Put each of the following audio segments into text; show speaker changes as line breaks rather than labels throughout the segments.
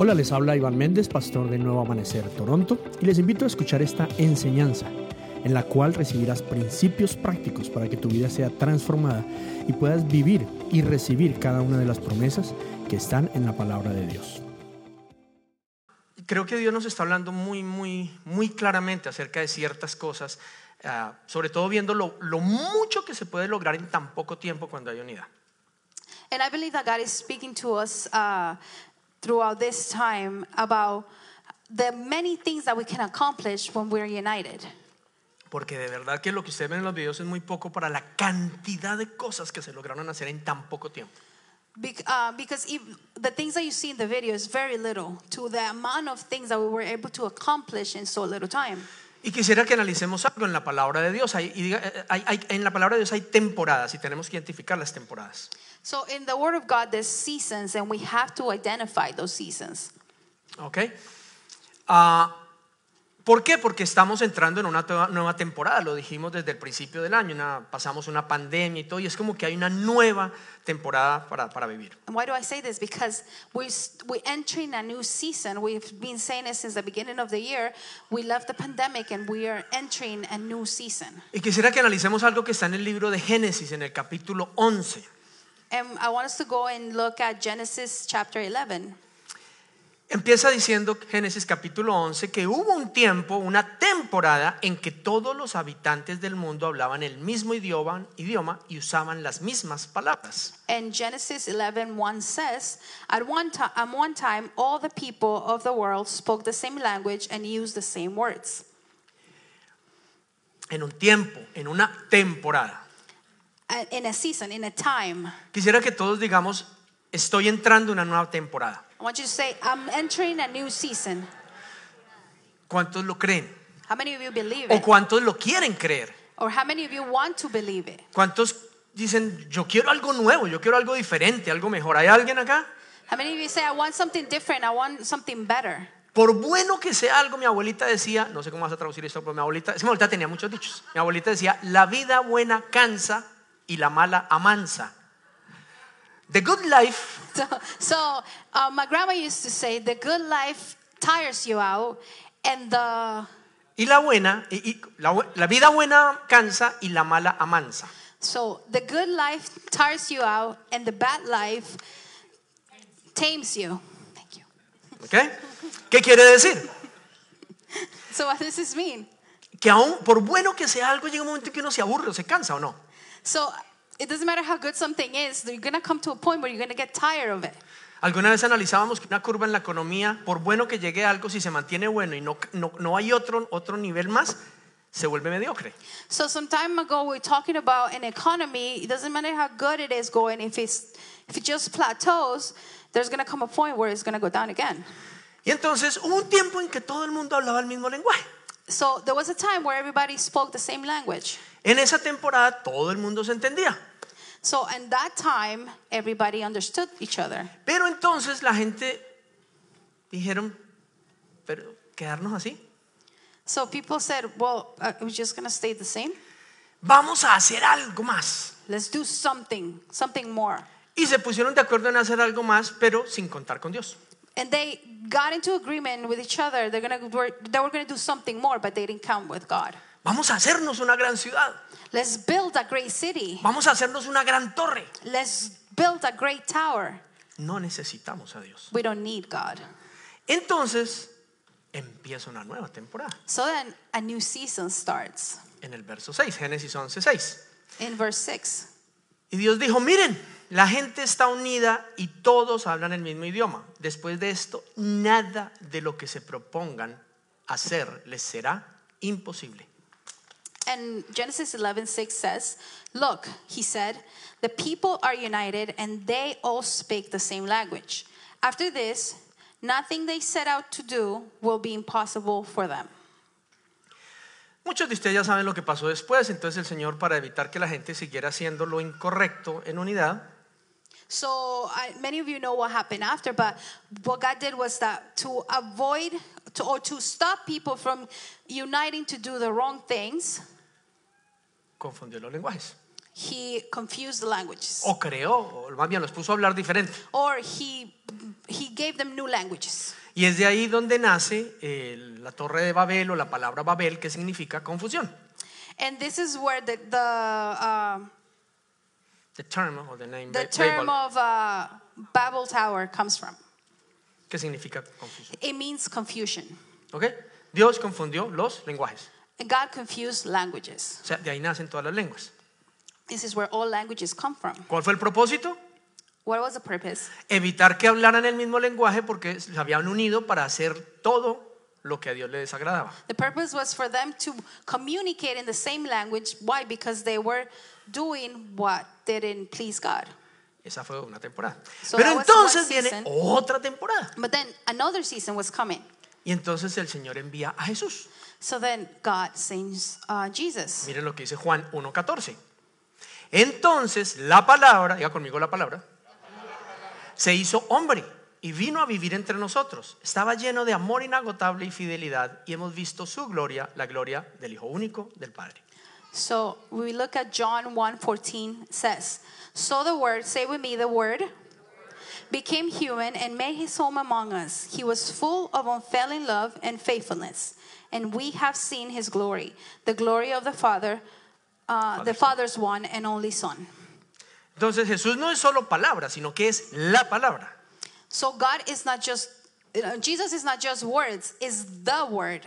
Hola, les habla Iván Méndez, pastor de Nuevo Amanecer Toronto, y les invito a escuchar esta enseñanza en la cual recibirás principios prácticos para que tu vida sea transformada y puedas vivir y recibir cada una de las promesas que están en la palabra de Dios.
Creo que Dios nos está hablando muy, muy, muy claramente acerca de ciertas cosas, ah, sobre todo viendo lo, lo mucho que se puede lograr en tan poco tiempo cuando hay unidad.
And I believe that God is speaking to us uh, throughout this time about the many things that we can accomplish when we're united.
Porque de verdad que lo que ustedes ven en los videos es muy poco para la cantidad de cosas que se lograron hacer en tan poco tiempo.
Bec- uh, because if the things that you see in the video is very little to the amount of things that we were able to accomplish in so little time.
Y quisiera que analicemos algo en la palabra de Dios. Hay, y diga, eh, hay- hay- en la palabra de Dios hay temporadas y tenemos que identificar las temporadas.
So in the Word of God, there's seasons, and we have to identify those seasons.
¿Ok? Ah, ¿Por qué? Porque estamos entrando en una to- nueva temporada, lo dijimos desde el principio del año, una- pasamos una pandemia y todo, y es como que hay una nueva temporada para, para vivir.
And why do I say this? Because we we entering a new season. We've been saying it since the beginning of the year. We left the pandemic, and we are entering a new season.
Y quisiera que analicemos algo que está en el libro de Génesis, en el capítulo 11.
And I want us to go and look at Genesis chapter 11.
Empieza diciendo Génesis capítulo 11 que hubo un tiempo, una temporada en que todos los habitantes del mundo hablaban el mismo idioma, idioma y usaban las mismas palabras.
And Genesis 11 says, at one, ti- at one time, all the people of the world spoke the same language and used the same words.
En un tiempo, en una temporada.
Uh, In a season, in a time.
Quisiera que todos digamos, estoy entrando en una nueva temporada.
I want you to say, I'm entering a new season.
¿Cuántos lo creen?
How many of you believe
¿O
it?
cuántos lo quieren creer?
Or how many of you want to believe it?
¿Cuántos dicen, yo quiero algo nuevo, yo quiero algo diferente, algo mejor? ¿Hay alguien acá?
How many of you say, I want something different, I want something better?
Por bueno que sea algo, mi abuelita decía, no sé cómo vas a traducir esto, pero mi abuelita, es que mi abuelita tenía muchos dichos. Mi abuelita decía, la vida buena cansa y la mala amansa. The good life
So, so uh, my grandma used to say, the good life tires you out, and the
y la buena, y, y la, bu- la vida buena cansa y la mala amansa.
So the good life tires you out, and the bad life tames you. Thank you.
¿Ok? ¿Qué quiere decir?
So what does this mean?
Que aún por bueno que sea algo, llega un momento en que uno se aburre o se cansa o no.
So it doesn't matter how good something is; you're gonna come to a point where you're gonna get tired of it.
Alguna vez analizábamos que una curva en la economía, por bueno que llegue algo, si se mantiene bueno y no, no, no hay otro, otro nivel más, se vuelve mediocre.
So some time ago, we were talking about an economy. It doesn't matter how good it is going. If it's if it just plateaus, there's gonna come a point where it's gonna go down again.
Y entonces hubo un tiempo en que todo el mundo hablaba el mismo lenguaje.
So there was a time where everybody spoke the same language.
En esa temporada todo el mundo se entendía.
So in that time, everybody understood each other.
Pero entonces la gente dijeron, pero quedarnos así.
So people said, well, uh, we're just going to stay the same.
Vamos a hacer algo más.
Let's do something, something more.
Y se pusieron de acuerdo en hacer algo más, pero sin contar con Dios.
And they got into agreement with each other. They're gonna work, they were going to do something more, but they didn't count with God.
Vamos a hacernos una gran ciudad.
Let's build a great city.
Vamos a hacernos una gran torre.
Let's build a great tower.
No necesitamos a Dios.
We don't need God.
Entonces empieza una nueva temporada.
So then a new season starts
En el verso 6, Génesis 11, 6.
in verse 6.
Y Dios dijo, miren, la gente está unida y todos hablan el mismo idioma. Después de esto, nada de lo que se propongan hacer les será imposible.
And Genesis 11 6 says, Look, he said, the people are united and they all speak the same language. After this, nothing they set out to do will be impossible for them.
Muchos de ustedes ya saben lo que pasó después, entonces el Señor para evitar que la gente siguiera haciendo lo incorrecto en unidad,
So I, many of you know what happened after, but what God did was that to avoid to, or to stop people from uniting to do the wrong things,
confundió los lenguajes.
he confused the languages.
Oh. O creó, o más bien los puso a hablar diferente.
Or he he gave them new languages.
Y es de ahí donde nace eh, la torre de Babel o la palabra Babel, que significa confusión.
And this is where the, the, uh,
The term or the name
the
Ba-
term
Babel,
of uh, Babel Tower comes from.
que significa confusión.
It means confusion.
¿Ok? Dios confundió los lenguajes.
God confused languages.
O sea, de ahí nacen todas las lenguas.
This is where all languages come from.
¿Cuál fue el propósito?
What was the purpose?
Evitar que hablaran el mismo lenguaje porque se habían unido para hacer todo lo que a Dios le desagradaba.
The purpose was for them to communicate in the same language. Why? Because they were doing what didn't please God.
Esa fue una temporada.
So
Pero
that was one
entonces viene
season.
otra temporada.
But then another season was coming.
Y entonces el Señor envía a Jesús.
So then God sends uh, Jesus.
Miren lo que dice Juan 1.14. Entonces la palabra, diga conmigo la palabra, se hizo hombre y vino a vivir entre nosotros. Estaba lleno de amor inagotable y fidelidad y hemos visto su gloria, la gloria del Hijo único del Padre.
So we look at John 1:14 says, "So the word, say with me, the word became human and made his home among us. He was full of unfailing love and faithfulness, and we have seen his glory, the glory of the Father, uh, the Father's one and only Son."
Entonces Jesús no es solo palabra, sino que es la palabra.
So God is not just you know, Jesus is not just words, is the word.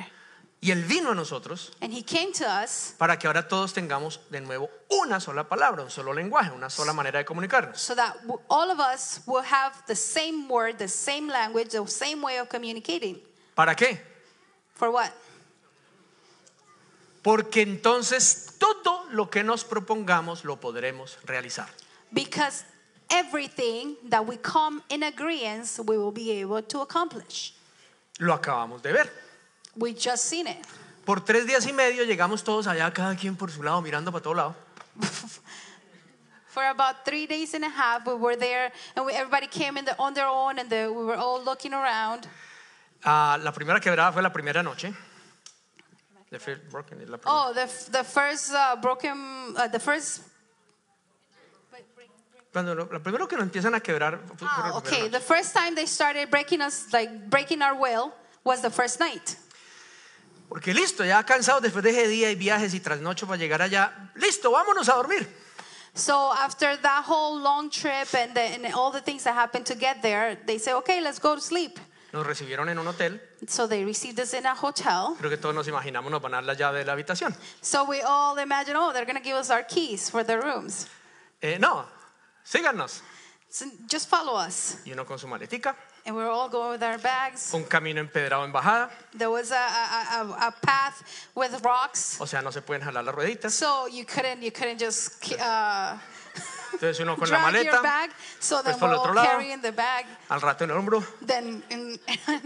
Y Él vino a nosotros
And he came to us
para que ahora todos tengamos de nuevo una sola palabra, un solo lenguaje, una sola manera de comunicarnos.
so that w- all of us will have the same word, the same language, the same way of communicating.
¿Para qué?
For what?
Porque entonces todo lo que nos propongamos lo podremos realizar.
Because everything that we come in agreement, we will be able to accomplish.
Lo acabamos de ver.
We just seen it.
Por tres días y medio llegamos todos allá, cada quien por su lado, mirando para todo lado.
For about three days and a half, we were there, and we, everybody came in the, on their own, and the, we were all looking around.
Ah, la primera quebrada fue la primera noche. The first broken is la primera.
Oh, the, f- the first uh, broken, uh, the first.
Cuando lo, lo primero que nos empiezan a quebrar fue- fue la
Ah,
primera
okay.
noche.
The first time they started breaking us, like breaking our will, was the first night.
Porque listo, ya cansados después de ese día y viajes y trasnocho para llegar allá, listo, vámonos a dormir.
So after that whole long trip and, the, and all the things that happened to get there, they say, okay, let's go to sleep.
Nos recibieron en un hotel,
So they received us in a hotel.
creo que todos nos imaginamos nos van a dar la llave de la habitación.
So we all imagine, oh, they're going to give us our keys for their rooms.
Eh, no, síganos.
So just follow us.
Y uno con su maletica,
And we we're all going with our bags.
un camino empedrado en bajada,
There was a, a, a, a path with rocks.
o sea, no se pueden jalar las rueditas.
So you couldn't, you couldn't just ki- uh,
Entonces uno con la
drag your
maleta,
bag. So
pues
then
por
we're
el otro
all
lado.
carrying the bag.
al rato en el hombro.
Then, and,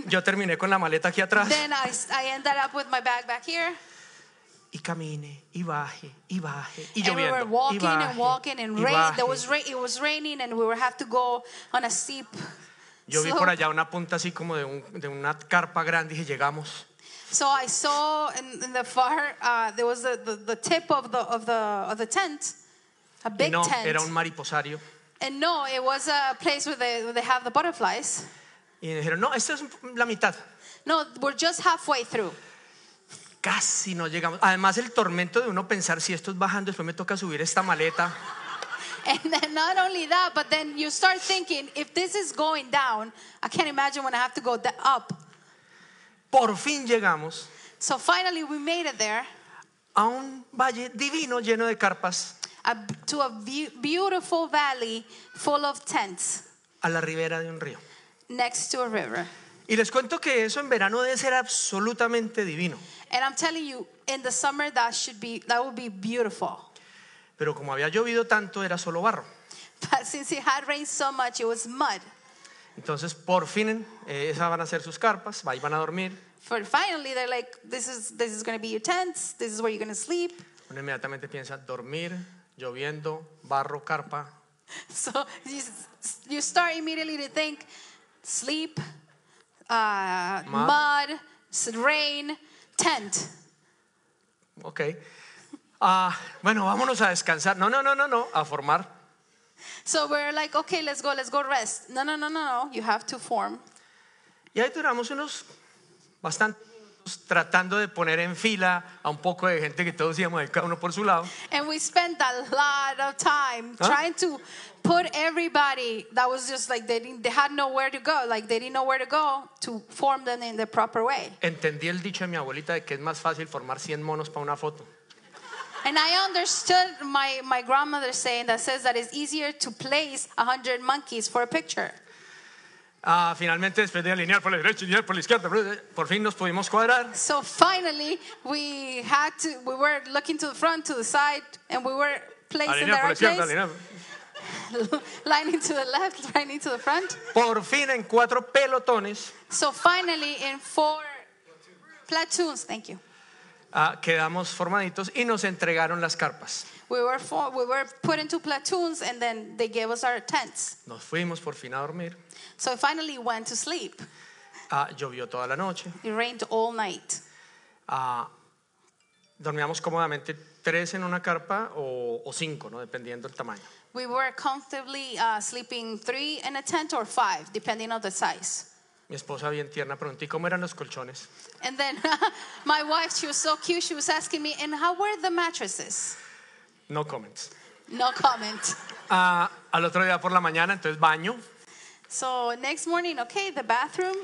Yo terminé con la maleta aquí atrás
then I, I ended up with my bag back here.
y camine y baje y baje y
and we
lloviendo
were
y
walking
baje,
and walking and
y
rain.
baje.
There was rain. It was raining, and we were have to go on a steep.
Yo vi
slope.
por allá una punta así como de, un- de una carpa grande y dije llegamos.
So I saw in, in the far uh, there was the, the, the tip of the of the of the tent, a
Y
big
no,
tent.
era un mariposario.
And no, it was a place where they where they have the butterflies.
Y me dijeron, no, esta es la mitad.
No, we're just halfway through.
Casi no llegamos. Además el tormento de uno pensar si esto es bajando, después me toca subir esta maleta.
And then not only that, but then you start thinking, if this is going down, I can't imagine when I have to go da- up.
Por fin llegamos
So finally, we made it there.
a un valle divino lleno de carpas
a, to a view, beautiful valley full of tents
a la ribera de un río.
next to a river.
Y les cuento que eso en verano debe ser absolutamente divino.
And I'm telling you, in the summer that should be that would be beautiful.
Pero como había llovido tanto, era solo barro.
But since it had rained so much, it was mud.
Entonces, por fin, eh, esas van a ser sus carpas, ahí van a dormir.
For finally, they're like, this is this is going to be your tents. This is where you're going to sleep.
Uno inmediatamente piensa, dormir, lloviendo, barro, carpa.
So you, s- you start immediately to think, sleep, uh, mud, s rain, tent.
Ok. Ah, bueno, vámonos a descansar. No, no, no, no, no, a formar.
So we're like, okay, let's go, let's go rest. No, no, no, no, no. You have to form.
Y ahí duramos unos bastantes minutos tratando de poner en fila a un poco de gente que todos íbamos de cada uno por su lado.
And we spent a lot of time
Huh?
trying to put everybody that was just like they didn't, they had nowhere to go, like they didn't know where to go to form them in the proper way.
Entendí el dicho de mi abuelita de que es más fácil formar 100 monos para una foto.
And I understood my, my grandmother saying that says that it's easier to place a hundred monkeys for a picture.
Ah, finalmente, después de alinear por la derecha, alinear por la izquierda, por fin nos pudimos cuadrar.
So finally, we had to. We were looking to the front, to the side, and we were placed in the
Alinear por la
right
izquierda,
place,
alinear.
lining to the left, lining to the front.
Por fin, en cuatro pelotones,
So finally, in four platoons, thank you.
ah, quedamos formaditos y nos entregaron las carpas.
We were four, we were put into platoons, and then they gave us our tents.
Nos fuimos por fin a dormir.
So I finally went to sleep.
Ah, llovió toda la noche.
It rained all night.
Ah, dormíamos cómodamente tres en una carpa o, o cinco, ¿no? dependiendo del tamaño.
We were comfortably uh, sleeping three in a tent or five, depending on the size.
Mi esposa bien tierna preguntó, ¿y cómo eran los colchones?
And then my wife, she was so cute. She was asking me, and how were the mattresses?
No comments.
No comment.
Ah, al otro día por la mañana, entonces baño.
So next morning, okay, the bathroom.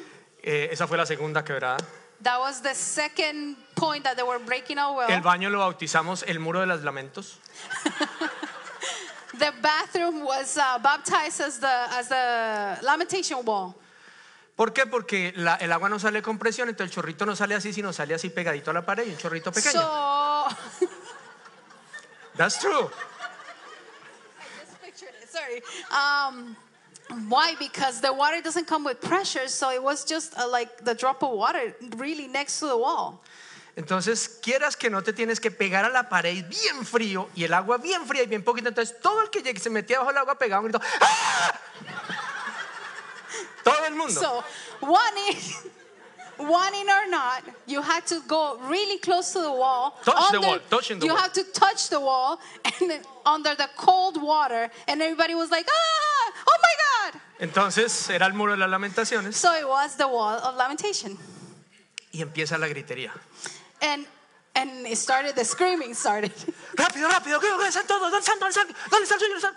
Eh, esa fue la segunda quebrada.
That was the second point that they were breaking our will.
El baño lo bautizamos el muro de los lamentos.
the bathroom was uh, baptized as the as the lamentation wall
¿Por qué? Porque la- el agua no sale con presión, entonces el chorrito no sale así, sino sale así pegadito a la pared y un chorrito pequeño.
so
That's true.
just pictured it, sorry um, why because the water doesn't come with pressure so it was just uh, like the drop of water really next to the wall
Entonces, quieras que no te tienes que pegar a la pared bien frío y el agua bien fría y bien poquita. Entonces, todo el que llegue- se metía bajo el agua pegaba un grito. "¡Ah!". Todo el mundo.
so one in wanting or not you had to go really close to the wall
Touch the wall, touching the
you
wall.
have to touch the wall and then under the cold water and everybody was like ah oh my god
Entonces, era el muro de las lamentaciones
so it was the wall of lamentation
y empieza la gritería.
and and it started the screaming started
Rápido, rápido, que que están todos? ¿Dónde están? ¿Dónde están? ¿Dónde está el suyo? ¿Dónde están?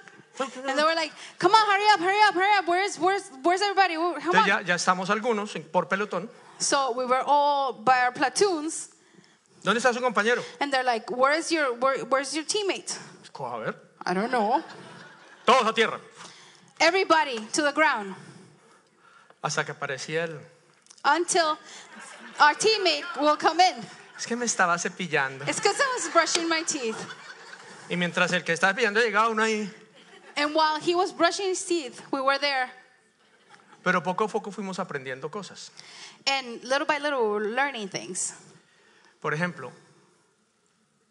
and they were like come on hurry up hurry up hurry up where's where's where's everybody Where- come
Entonces,
on
ya, ya estamos algunos en- por pelotón.
so we were all by our platoons
¿Dónde está su compañero?
and they're like where's your where, where's your teammate
Pues, coja, a ver.
i don't know
Todos a tierra.
everybody to the ground
Hasta que aparecía el.
until our teammate will come in
Es que me estaba cepillando.
it's because i was brushing my teeth
Y mientras el que estaba cepillando llegaba uno ahí.
and while he was brushing his teeth we were there
Pero poco a poco fuimos aprendiendo cosas.
and little by little we were learning things
Por ejemplo,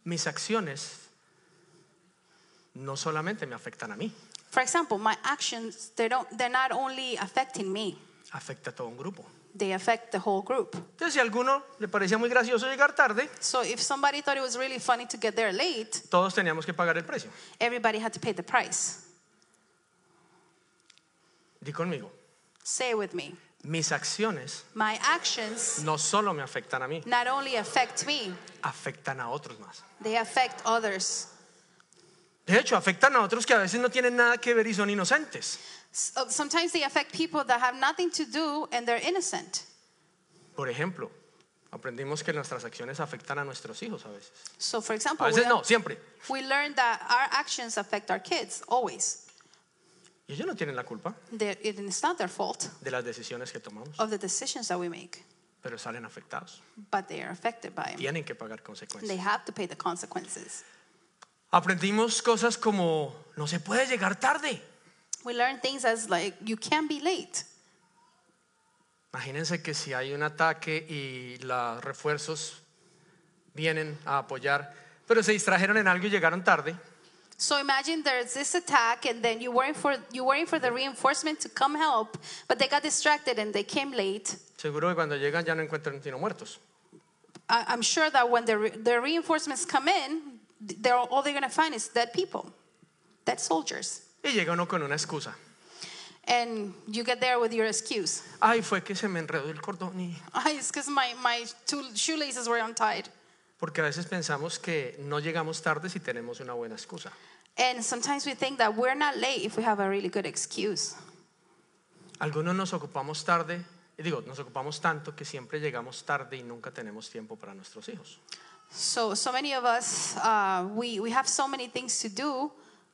mis acciones no solamente me afectan a mí,
For example, my actions, they don't, they're not only affecting me,
afecta a todo un grupo.
they affect the whole group.
Entonces, si a alguno le parecía muy gracioso llegar tarde,
So if somebody thought it was really funny to get there late,
todos teníamos que pagar el precio.
everybody had to pay the price.
Di conmigo,
Say it with me.
mis acciones
My actions
no solo me afectan a mí,
not only affect me,
afectan a otros más.
they affect others.
De hecho, afectan a otros que a veces no tienen nada que ver y son inocentes.
So- uh, Sometimes they affect people that have nothing to do and they're innocent.
Por ejemplo, aprendimos que nuestras acciones afectan a nuestros hijos a veces.
So for
A
example, we,
veces no, siempre.
we learned that our actions affect our kids always.
Y ellos no tienen la culpa
They're, it's not their fault
de las decisiones que tomamos,
of the decisions that we make,
pero salen afectados.
but they are affected by them.
tienen que pagar
They
consecuencias.
have to pay the consequences.
Aprendimos cosas como no se puede llegar tarde.
We learn things as like you can be late.
Imagínense que si hay un ataque y los refuerzos vienen a apoyar, pero se distrajeron en algo y llegaron tarde.
So imagine there's this attack and then you're waiting for you're waiting for the reinforcement to come help, but they got distracted and they came late.
Seguro que cuando llegan ya no encuentran sino muertos.
I, I'm sure that when the re, the reinforcements come in, they're all they're gonna find is dead people, dead soldiers.
Y llega uno con una excusa.
And you get there with your excuse.
Ay, fue que se me enredó el cordón y...
Ay, it's because my, my two shoelaces were untied.
Porque a veces pensamos que no llegamos tarde si tenemos una buena excusa.
And sometimes we think that we're not late if we have a really good excuse.
Algunos nos ocupamos tarde, y digo, nos ocupamos tanto que siempre llegamos tarde y nunca tenemos tiempo para nuestros hijos.
So, so many of us, uh, we, we have so many things to do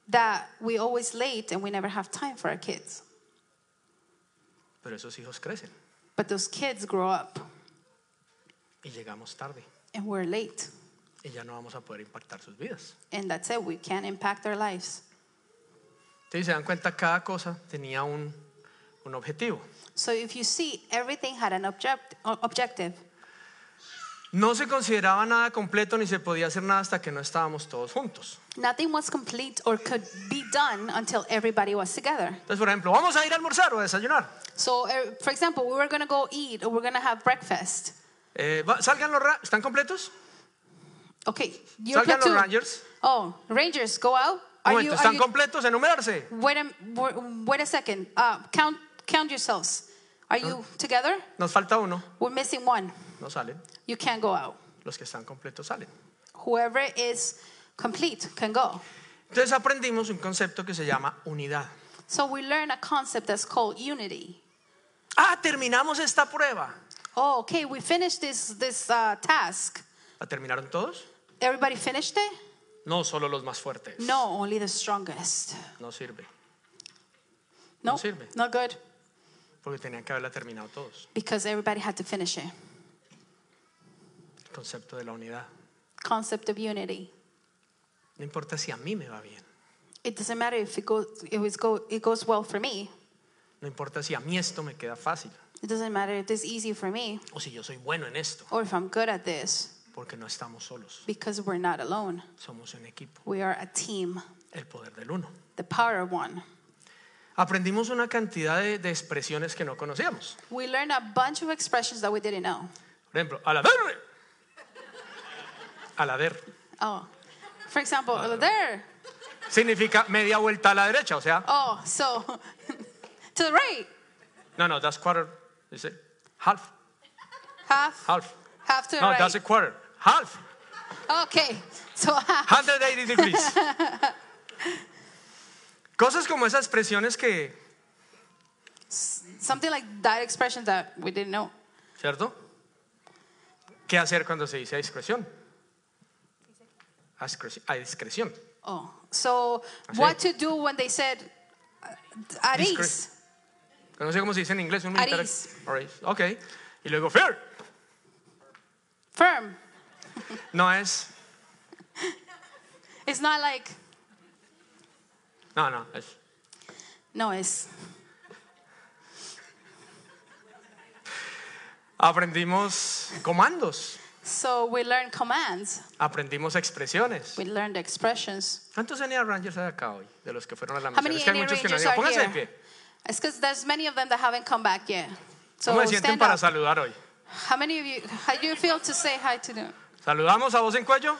that we always late and we never have time for our kids.
Pero esos hijos crecen
But those kids grow up
y llegamos tarde
and we're late.
y ya no vamos a poder impactar sus vidas.
And that's it, we can't impact their lives.
Entonces se dan cuenta, cada cosa tenía un, un objetivo.
So if you see, everything had an object, uh, objective.
No se consideraba nada completo ni se podía hacer nada hasta que no estábamos todos juntos.
Nothing was complete or could be done until everybody was together.
Entonces, por ejemplo, vamos a ir a almorzar o a desayunar.
So, uh, for example, we were going to go eat or we're going to have breakfast.
Eh, va- salgan los ra- ¿Están completos?
Okay, your
Salgan los
platoon.
Rangers.
Oh, Rangers, go out.
Un
Are you,
momento,
are
¿están
you
completos? Enumerarse.
Wait a, w- wait a second. Uh, count, count yourselves. Are you together?
Nos falta uno.
We're missing one.
No salen.
You can't go out.
Los que están completos salen.
Whoever is complete can go.
Entonces aprendimos un concepto que se llama unidad.
So we learn a concept that's called unity.
Ah, terminamos esta prueba.
Oh, okay. We finished this this uh, task.
¿La terminaron todos?
Everybody finished it?
No, solo los más fuertes.
No, only the strongest.
No sirve,
No,
sirve.
not good.
porque tenían que haberla terminado todos.
Because everybody had to finish it.
El concepto de la unidad.
Concept of unity.
No importa si a mí me va bien.
It doesn't matter if it goes if it's go, it goes well for me.
No importa si a mí esto me queda fácil
It doesn't matter if it's easy for me
o si yo soy bueno en esto,
or if I'm good at this.
porque no estamos solos.
because we're not alone.
Somos un equipo,
We are a team,
el poder del uno.
the power of one.
Aprendimos una cantidad de, de expresiones que no conocíamos.
We learn a bunch of expressions that we didn't know.
Por ejemplo, a la ver. A la ver.
Oh, for example,
Uh,
over there.
Significa media vuelta a la derecha, o sea,
Oh, so to the right,
no, no, that's quarter, is it? Half,
half,
half.
half to the
No, that's
right.
a quarter. Half.
Okay, so half.
180 degrees. Cosas como esas expresiones que,
something like that expression that we didn't know.
¿cierto? ¿Qué hacer cuando se dice a discreción? A discreción. a discreción.
Oh, so
Así.
what to do when they said uh, at
Discre-
ease?
No sé cómo se dice en inglés. Un militar.
Aris.
Aris, Ok. Y luego fair.
Firm.
No es.
It's not like
No, no. Es,
no, it's
aprendimos comandos.
So we learn commands.
Aprendimos expresiones.
We learn the expressions.
¿Cuántos NA Rangers hay acá hoy? De los que fueron a la
How
misión.
many
Es que hay
Indian
muchos que no
Rangers
han ido.
are
Pónganse de
here?
pie.
It's because there's many of them that haven't come back yet. So
¿Cómo se sienten
stand
para
up.
saludar hoy?
How many of you? How do you feel to say hi to them?
¿Saludamos a voz en cuello?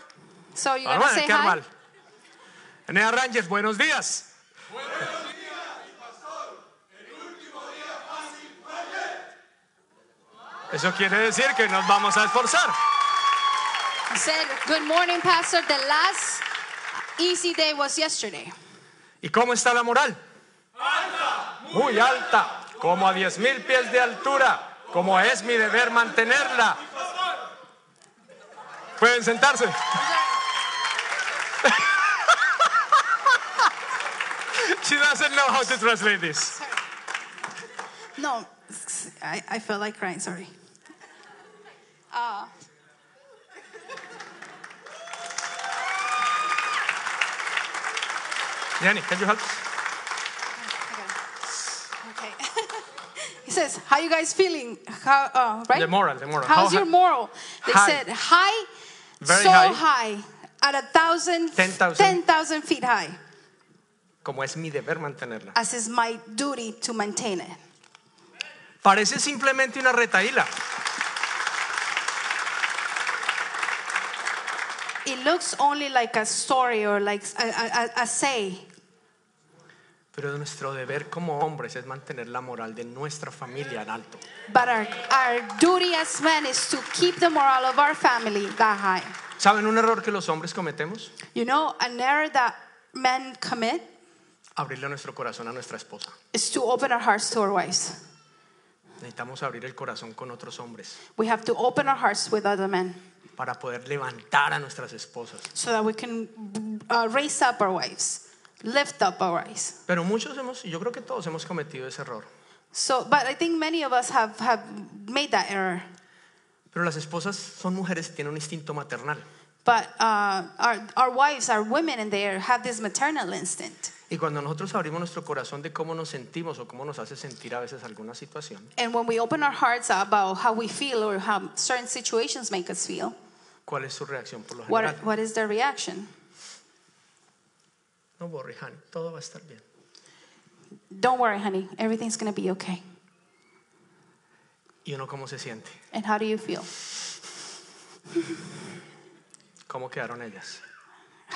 So you're
Ahora
gonna
van a
say
quedar
hi.
mal. Enea Rangers, buenos días. Eso quiere decir que nos vamos a esforzar.
You said, "Good morning, Pastor." The last easy day was yesterday.
¿Y cómo está la moral? Muy alta, como a 10.000 mil pies de altura, como es mi deber mantenerla. Pueden sentarse. She doesn't know how to translate this.
No, I, I felt like crying. Sorry.
Yanni, can you help us?
Okay. he says, "How you guys feeling? How uh, right?
The moral, the moral.
How's
How
your
hi-
moral?" They
high.
said, "High,
Very
so
high.
high, at a thousand,
10,000.
10,000 feet high,
Como es mi deber mantenerla.
as is my duty to maintain it."
Parece simplemente una retaíla.
It looks only like a story or like a, a, a, a say,
Pero nuestro deber como hombres es mantener la moral de nuestra familia en alto.
But our, our duty as men is to keep the morale of our family that high.
¿Saben un error que los hombres cometemos?
You know, an error that men commit
Abrirle nuestro corazón a nuestra esposa.
is to open our hearts to our wives.
Necesitamos abrir el corazón con otros hombres
We have to open our hearts with other men
para poder levantar a nuestras esposas.
so that we can uh, raise up our wives, lift up our wives.
Pero muchos hemos, y yo creo que todos hemos cometido ese error.
So, but I think many of us have, have made that error.
Pero las esposas son mujeres, tienen un instinto maternal.
But uh, our, our wives, our women in there have this maternal instinct.
Y cuando nosotros abrimos nuestro corazón de cómo nos sentimos o cómo nos hace sentir a veces alguna situación,
And when we open our hearts about how we feel or how certain situations make us feel,
¿cuál es su reacción por lo
what,
general?
what is their reaction?
No, Borri, honey, todo va a estar bien.
Don't worry, honey, everything's gonna be okay.
¿Y uno cómo se siente?
And how do you feel?
¿Cómo quedaron ellas?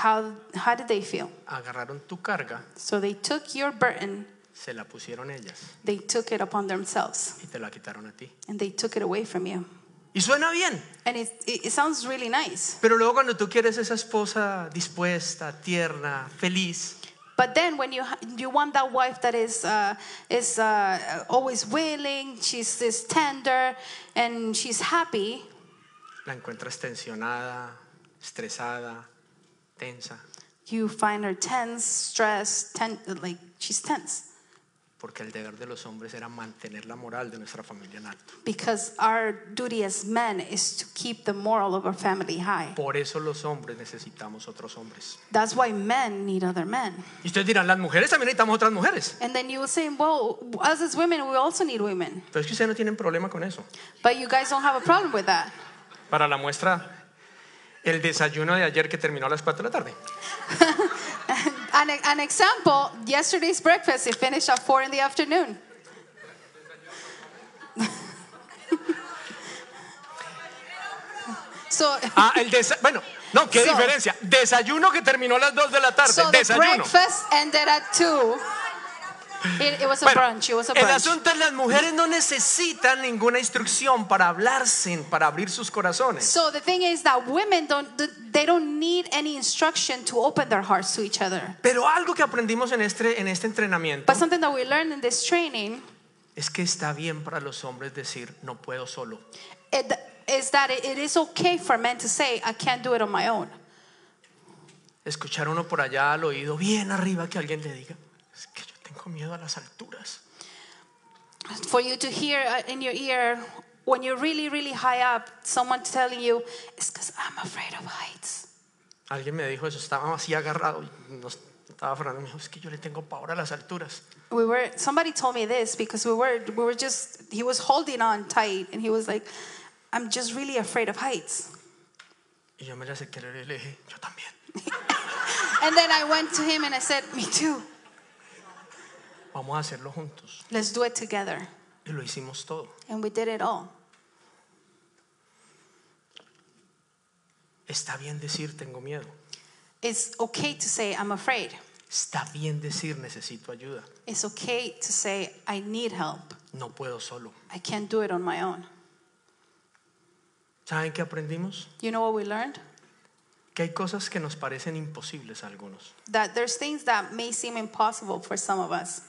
How, how did they feel?
Agarraron tu carga,
So they took your burden,
se la pusieron ellas
they took it upon themselves,
y te la quitaron a ti.
and they took it away from you.
Y suena bien,
And it, it, it sounds really nice.
pero luego cuando tú quieres esa esposa dispuesta, tierna, feliz,
But then when you, ha- you want that wife that is, uh, is uh, always willing, she's is tender, and she's happy,
la encuentras tensionada, estresada, tensa,
you find her tense, stressed, ten- like she's tense.
porque el deber de los hombres era mantener la moral de nuestra familia en alto.
Because our duty as men is to keep the moral of our family high.
Por eso los hombres necesitamos otros hombres.
That's why men need other men.
Y ustedes dirán, las mujeres también necesitamos otras mujeres.
And then you will say, well, us as women, we also need women.
Pero es que ustedes no tienen problema con eso.
But you guys don't have a problem with that.
Para la muestra, el desayuno de ayer que terminó a las 4 de la tarde.
An, an example yesterday's breakfast, it finished at 4 in the afternoon. so,
Ah, el desa- bueno, no, qué
So-
diferencia. Desayuno que terminó a las 2 de la tarde.
so the
desayuno.
breakfast ended at 2. It, it was a
Bueno,
brunch. It was a
el
brunch.
asunto es las mujeres no necesitan ninguna instrucción para hablarse, para abrir sus corazones.
So the thing is that women don't they don't need any instruction to open their hearts to each other.
Pero algo que aprendimos en este, en este entrenamiento
But something that we learned in this training
es que está bien para los hombres decir no puedo solo.
it, is that it- it is okay for men to say I can't do it on my own.
Escuchar uno por allá al oído bien arriba que alguien le diga es que yo tengo miedo a las alturas.
For you to hear uh, in your ear when you're really really high up someone telling you it's cuz I'm afraid of heights.
Alguien me dijo eso, estaba así agarrado, y no estaba Fernando me dijo es que yo le tengo pavor a las alturas.
We were somebody told me this because we were we were just he was holding on tight and he was like I'm just really afraid of heights.
Y yo me la acerqué y le dije yo también.
And then I went to him and I said me too.
Vamos a hacerlo juntos.
Let's do it together.
Y lo hicimos todo.
And we did it all.
Está bien decir tengo miedo.
It's okay to say, I'm afraid.
Está bien decir necesito ayuda.
It's okay to say, I need help.
No puedo solo.
I can't do it on my own.
¿Saben qué aprendimos?
You know what we learned?
Que hay cosas que nos parecen imposibles a algunos.
That there's things that may seem impossible for some of us,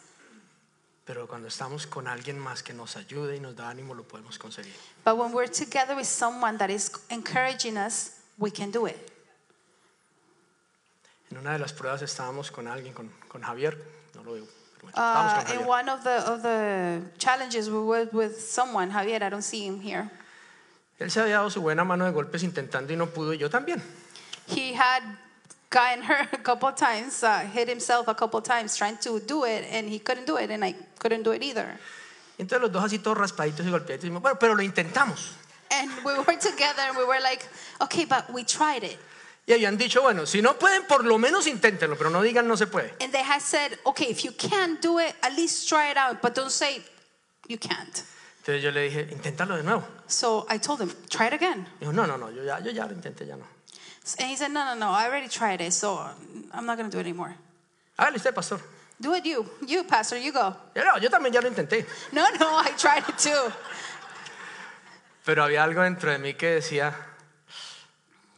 Pero cuando estamos con alguien más que nos ayude y nos da ánimo, lo podemos conseguir.
but when we're together with someone that is encouraging us, we can do it.
En una de las pruebas estábamos con alguien, con, con Javier. No lo veo. pero bueno, estábamos
Uh,
con
in
Javier.
one of the of the challenges we were with someone, Javier, I don't see him here.
Él se había dado su buena mano de golpes intentando y no pudo, y yo también.
He had gotten hurt a couple times, uh, hit himself a couple times trying to do it, and he couldn't do it, and I couldn't do it either.
Y entonces los dos así todos raspaditos y golpeaditos. y dijimos, bueno, pero lo intentamos.
And we were together and we were like, okay, but we tried it.
Y habían dicho, bueno, si no pueden, por lo menos inténtenlo, pero no digan no se puede.
And they had said, okay, if you can't do it, at least try it out, but don't say you can't.
Entonces yo le dije, inténtalo de nuevo.
So I told him, try it again.
Dijo, no, no, no, yo ya, yo ya lo intenté, ya no.
And he said, no, no, no, I already tried it, so I'm not going to do it anymore.
Ah, Hágale usted, pastor.
Do it you. You, Pastor, you go.
Ya no, yo también ya lo intenté.
No, no, I tried it too.
Pero había algo dentro de mí que decía,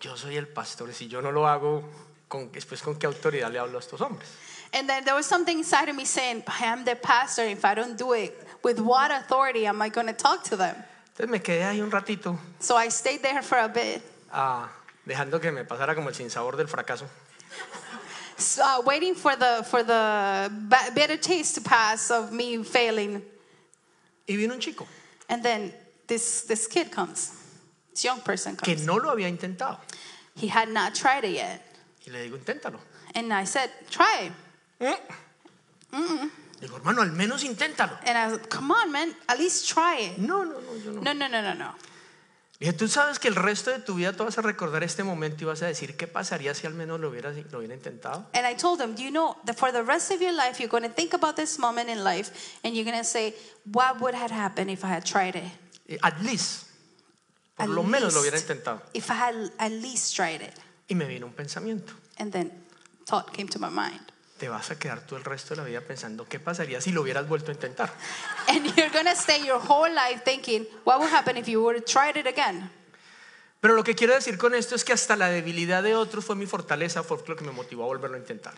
yo soy el pastor, si yo no lo hago, ¿con- después con qué autoridad le hablo a estos hombres.
And then there was something inside of me saying, I am the pastor. If I don't do it, with what authority am I going to talk to them?
Entonces me quedé ahí un ratito,
So I stayed there for a bit,
ah, dejando que me pasara como el sinsabor del fracaso.
so, uh, waiting for the, for the ba- bitter taste to pass of me failing.
Y vino un chico
And then this, this kid comes, this young person
que
comes.
no lo había intentado.
He had not tried it yet.
Y le digo, inténtalo.
And I said, try it.
Mm. Digo, hermano, al menos inténtalo.
And I was like, come on, man, at least try it.
No, no, no, yo no.
No, no, no, no, no.
Le dije, tú sabes que el resto de tu vida tú vas a recordar este momento y vas a decir, ¿qué pasaría si al menos lo hubiera, lo hubiera intentado?
And I told him, do you know that for the rest of your life, you're going to think about this moment in life and you're going to say, what would have happened if I had tried it?
Eh, At least. Por
At
lo menos lo hubiera
least.
intentado.
If I had at least tried it.
Y me vino un pensamiento.
And then thought came to my mind.
Te vas a quedar tú el resto de la vida pensando, ¿qué pasaría si lo hubieras vuelto a intentar?
And you're going to stay your whole life thinking, what would happen if you would have tried it again?
Pero lo que quiero decir con esto es que hasta la debilidad de otros fue mi fortaleza, fue lo que me motivó a volverlo a intentar.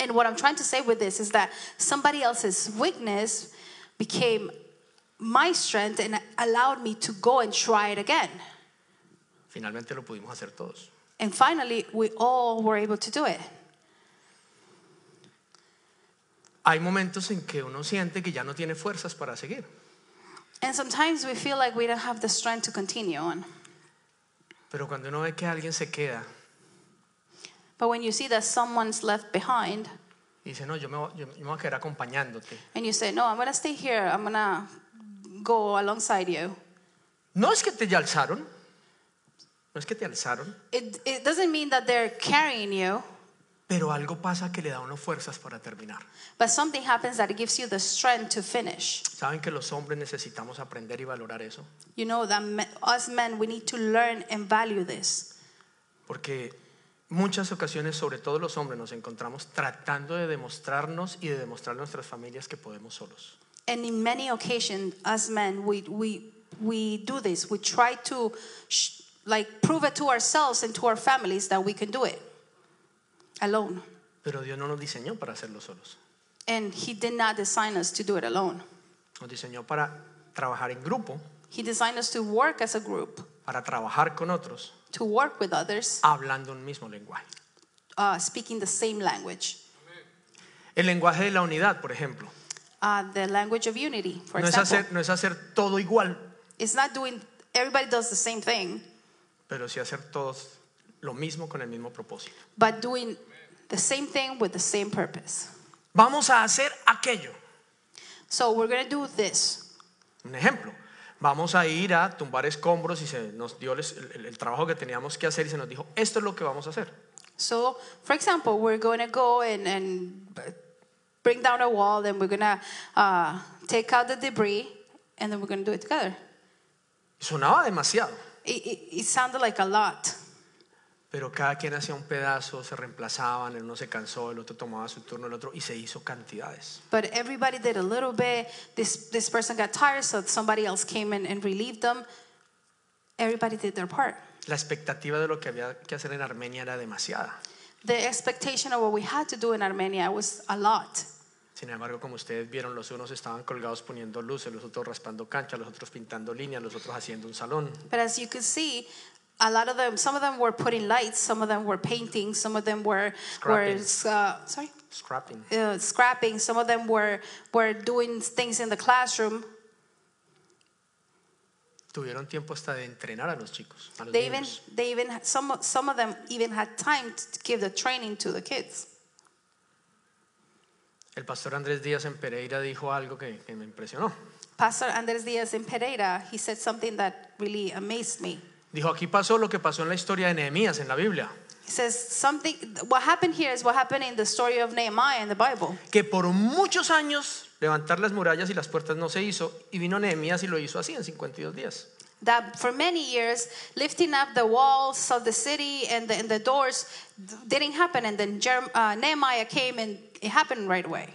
And what I'm trying to say with this is that somebody else's weakness became my strength and allowed me to go and try it again.
Finalmente lo pudimos hacer todos.
And finally, we all were able to do it.
Hay momentos en que uno siente que ya no tiene fuerzas para seguir.
And sometimes we feel like we don't have the strength to continue on.
Pero cuando uno ve que alguien se queda
But when you see that someone's left behind
y dice, no, yo me, voy- yo me voy a quedar acompañándote.
and you say, No, I'm going to stay here, I'm going to go alongside you.
No es que te ya alzaron, no es que te alzaron,
It, it doesn't mean that they're carrying you,
pero algo pasa que le da a uno fuerzas para terminar.
but something happens that gives you the strength to finish.
Saben que los hombres necesitamos aprender y valorar eso,
You know that me, us men, we need to learn and value this.
porque muchas ocasiones, sobre todo los hombres, nos encontramos tratando de demostrarnos y de demostrar a nuestras familias que podemos solos.
And in many occasions, us men, we, we, we do this. We try to sh- like prove it to ourselves and to our families that we can do it alone.
Pero Dios no nos diseñó para hacerlo solos,
And He did not design us to do it alone.
nos diseñó para trabajar en grupo,
He designed us to work as a group,
para trabajar con otros,
to work with others,
hablando un mismo lenguaje.
uh, speaking the same language,
El lenguaje de la unidad, por ejemplo,
uh, the language of unity, for
no es,
example.
hacer, no es hacer todo igual,
It's not doing, everybody does the same thing,
pero sí hacer todos lo mismo con el mismo propósito.
but doing the same thing with the same purpose.
Vamos a hacer aquello.
So we're going to do this.
Un ejemplo. Vamos a ir a tumbar escombros y se nos dio el, el- el trabajo que teníamos que hacer y se nos dijo, esto es lo que vamos a hacer.
So, for example, we're going to go and, and bring down a wall, then we're going to uh, take out the debris, and then we're going to do it together.
Y sonaba demasiado,
It, it, it sounded like a lot,
pero cada quien hacía un pedazo, se reemplazaban, el uno se cansó, el otro tomaba su turno, el otro, y se hizo cantidades.
but everybody did a little bit. This, this person got tired, so somebody else came in and relieved them. Everybody did their part.
La expectativa de lo que había que hacer en Armenia era demasiada.
The expectation of what we had to do in Armenia was a lot.
Sin embargo, como ustedes vieron, los unos estaban colgados poniendo luces, los otros raspando cancha, los otros pintando líneas, los otros haciendo un salón.
But as you could see, a lot of them, some of them were putting lights, some of them were painting, some of them were, were uh, sorry?
Scrapping.
uh, scrapping. Some of them were were doing things in the classroom.
Tuvieron tiempo hasta de entrenar a los chicos, a los
They even
niños.
they even some some of them even had time to give the training to the kids.
El pastor Andrés Díaz en Pereira dijo algo que, que me impresionó.
Pastor Andres Diaz in Pereira, he said something that really amazed me.
Dijo, aquí pasó lo que pasó en la historia de Nehemías en la Biblia,
He says something. What happened here is what happened in the story of Nehemiah in the Bible.
que por muchos años levantar las murallas y las puertas no se hizo, y vino Nehemías y lo hizo así en 52 días.
That for many years, lifting up the walls of the city and the, and the doors didn't happen, and then Jerem- uh, Nehemiah came and it happened right away.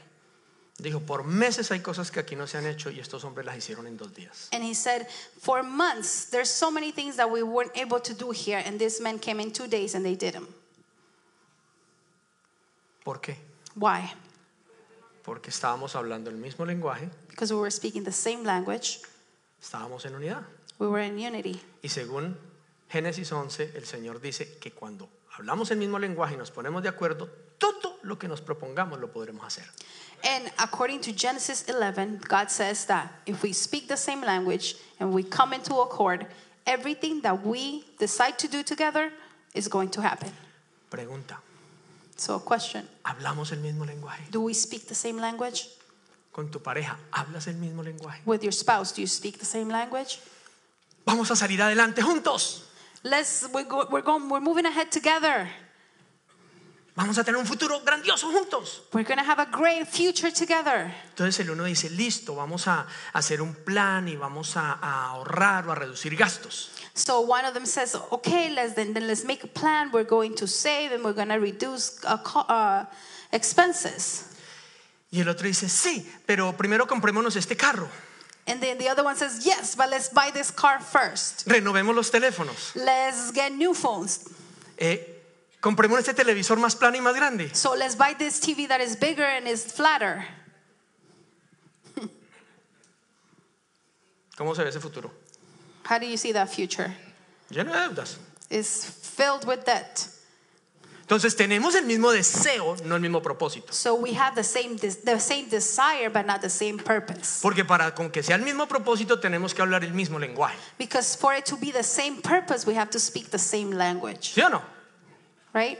Dijo, por meses hay cosas que aquí no se han hecho y estos hombres las hicieron en dos días.
And he said, For months, there's so many things that we weren't able to do here, and these men came in two days and they did them.
¿Por qué?
Why?
Porque estábamos hablando el mismo lenguaje,
Because we were speaking the same language,
estábamos en unidad.
we were in unity.
Y según Génesis 11, el Señor dice que cuando hablamos el mismo lenguaje y nos ponemos de acuerdo, todo lo que nos propongamos lo podremos hacer.
And according to Genesis 11, God says that if we speak the same language and we come into accord, everything that we decide to do together is going to happen.
Pregunta,
So, a question
¿hablamos el mismo lenguaje?
Do we speak the same language?
¿Con tu pareja hablas el mismo lenguaje?
With your spouse, do you speak the same language?
Vamos a salir adelante juntos.
Let's, we're, go, we're, going, we're moving ahead together.
Vamos a tener un futuro grandioso juntos.
We're going to have a great future together.
Entonces el uno dice, listo, vamos a hacer un plan y vamos a, a ahorrar o a reducir gastos.
So one of them says, "Okay, let's then, then let's make a plan. We're going to save and we're going to reduce uh, co- uh, expenses."
Y el otro dice, sí, pero primero comprémonos este carro,
And then the other one says, "Yes, but let's buy this car first.
renovemos los teléfonos,
Let's get new phones.
eh, compremos este televisor más plano y más grande.
So let's buy this TV that is bigger and is flatter."
¿Cómo se ve ese futuro?
How do you see that future?
Lleno de deudas.
It's filled with debt.
Entonces tenemos el mismo deseo, no el mismo propósito.
So we have the same des- the same desire, but not the same purpose.
Porque para con que sea el mismo propósito tenemos que hablar el mismo lenguaje.
Because for it to be the same purpose, we have to speak the same language,
¿Sí o no?
right?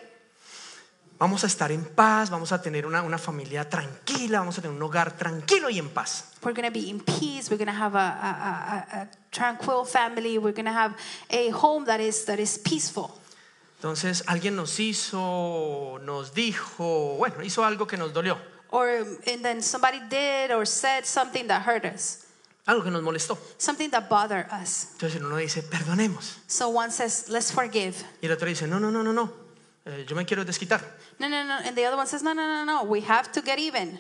Vamos a estar en paz, vamos a tener una, una familia tranquila, vamos a tener un hogar tranquilo y en paz.
we're going to be in peace we're going to have a, a, a, a- a tranquil family we're going to have a home that is that is peaceful
Entonces alguien nos hizo, nos dijo, bueno, hizo algo que nos dolió,
or and then somebody did or said something that hurt us
algo que nos molestó.
something that bothered us
Entonces uno dice, perdonemos.
so one says let's forgive
Y el otro dice, no, no, no, no, no, eh, yo me quiero desquitar.
no no no and the other one says no no no no we have to get even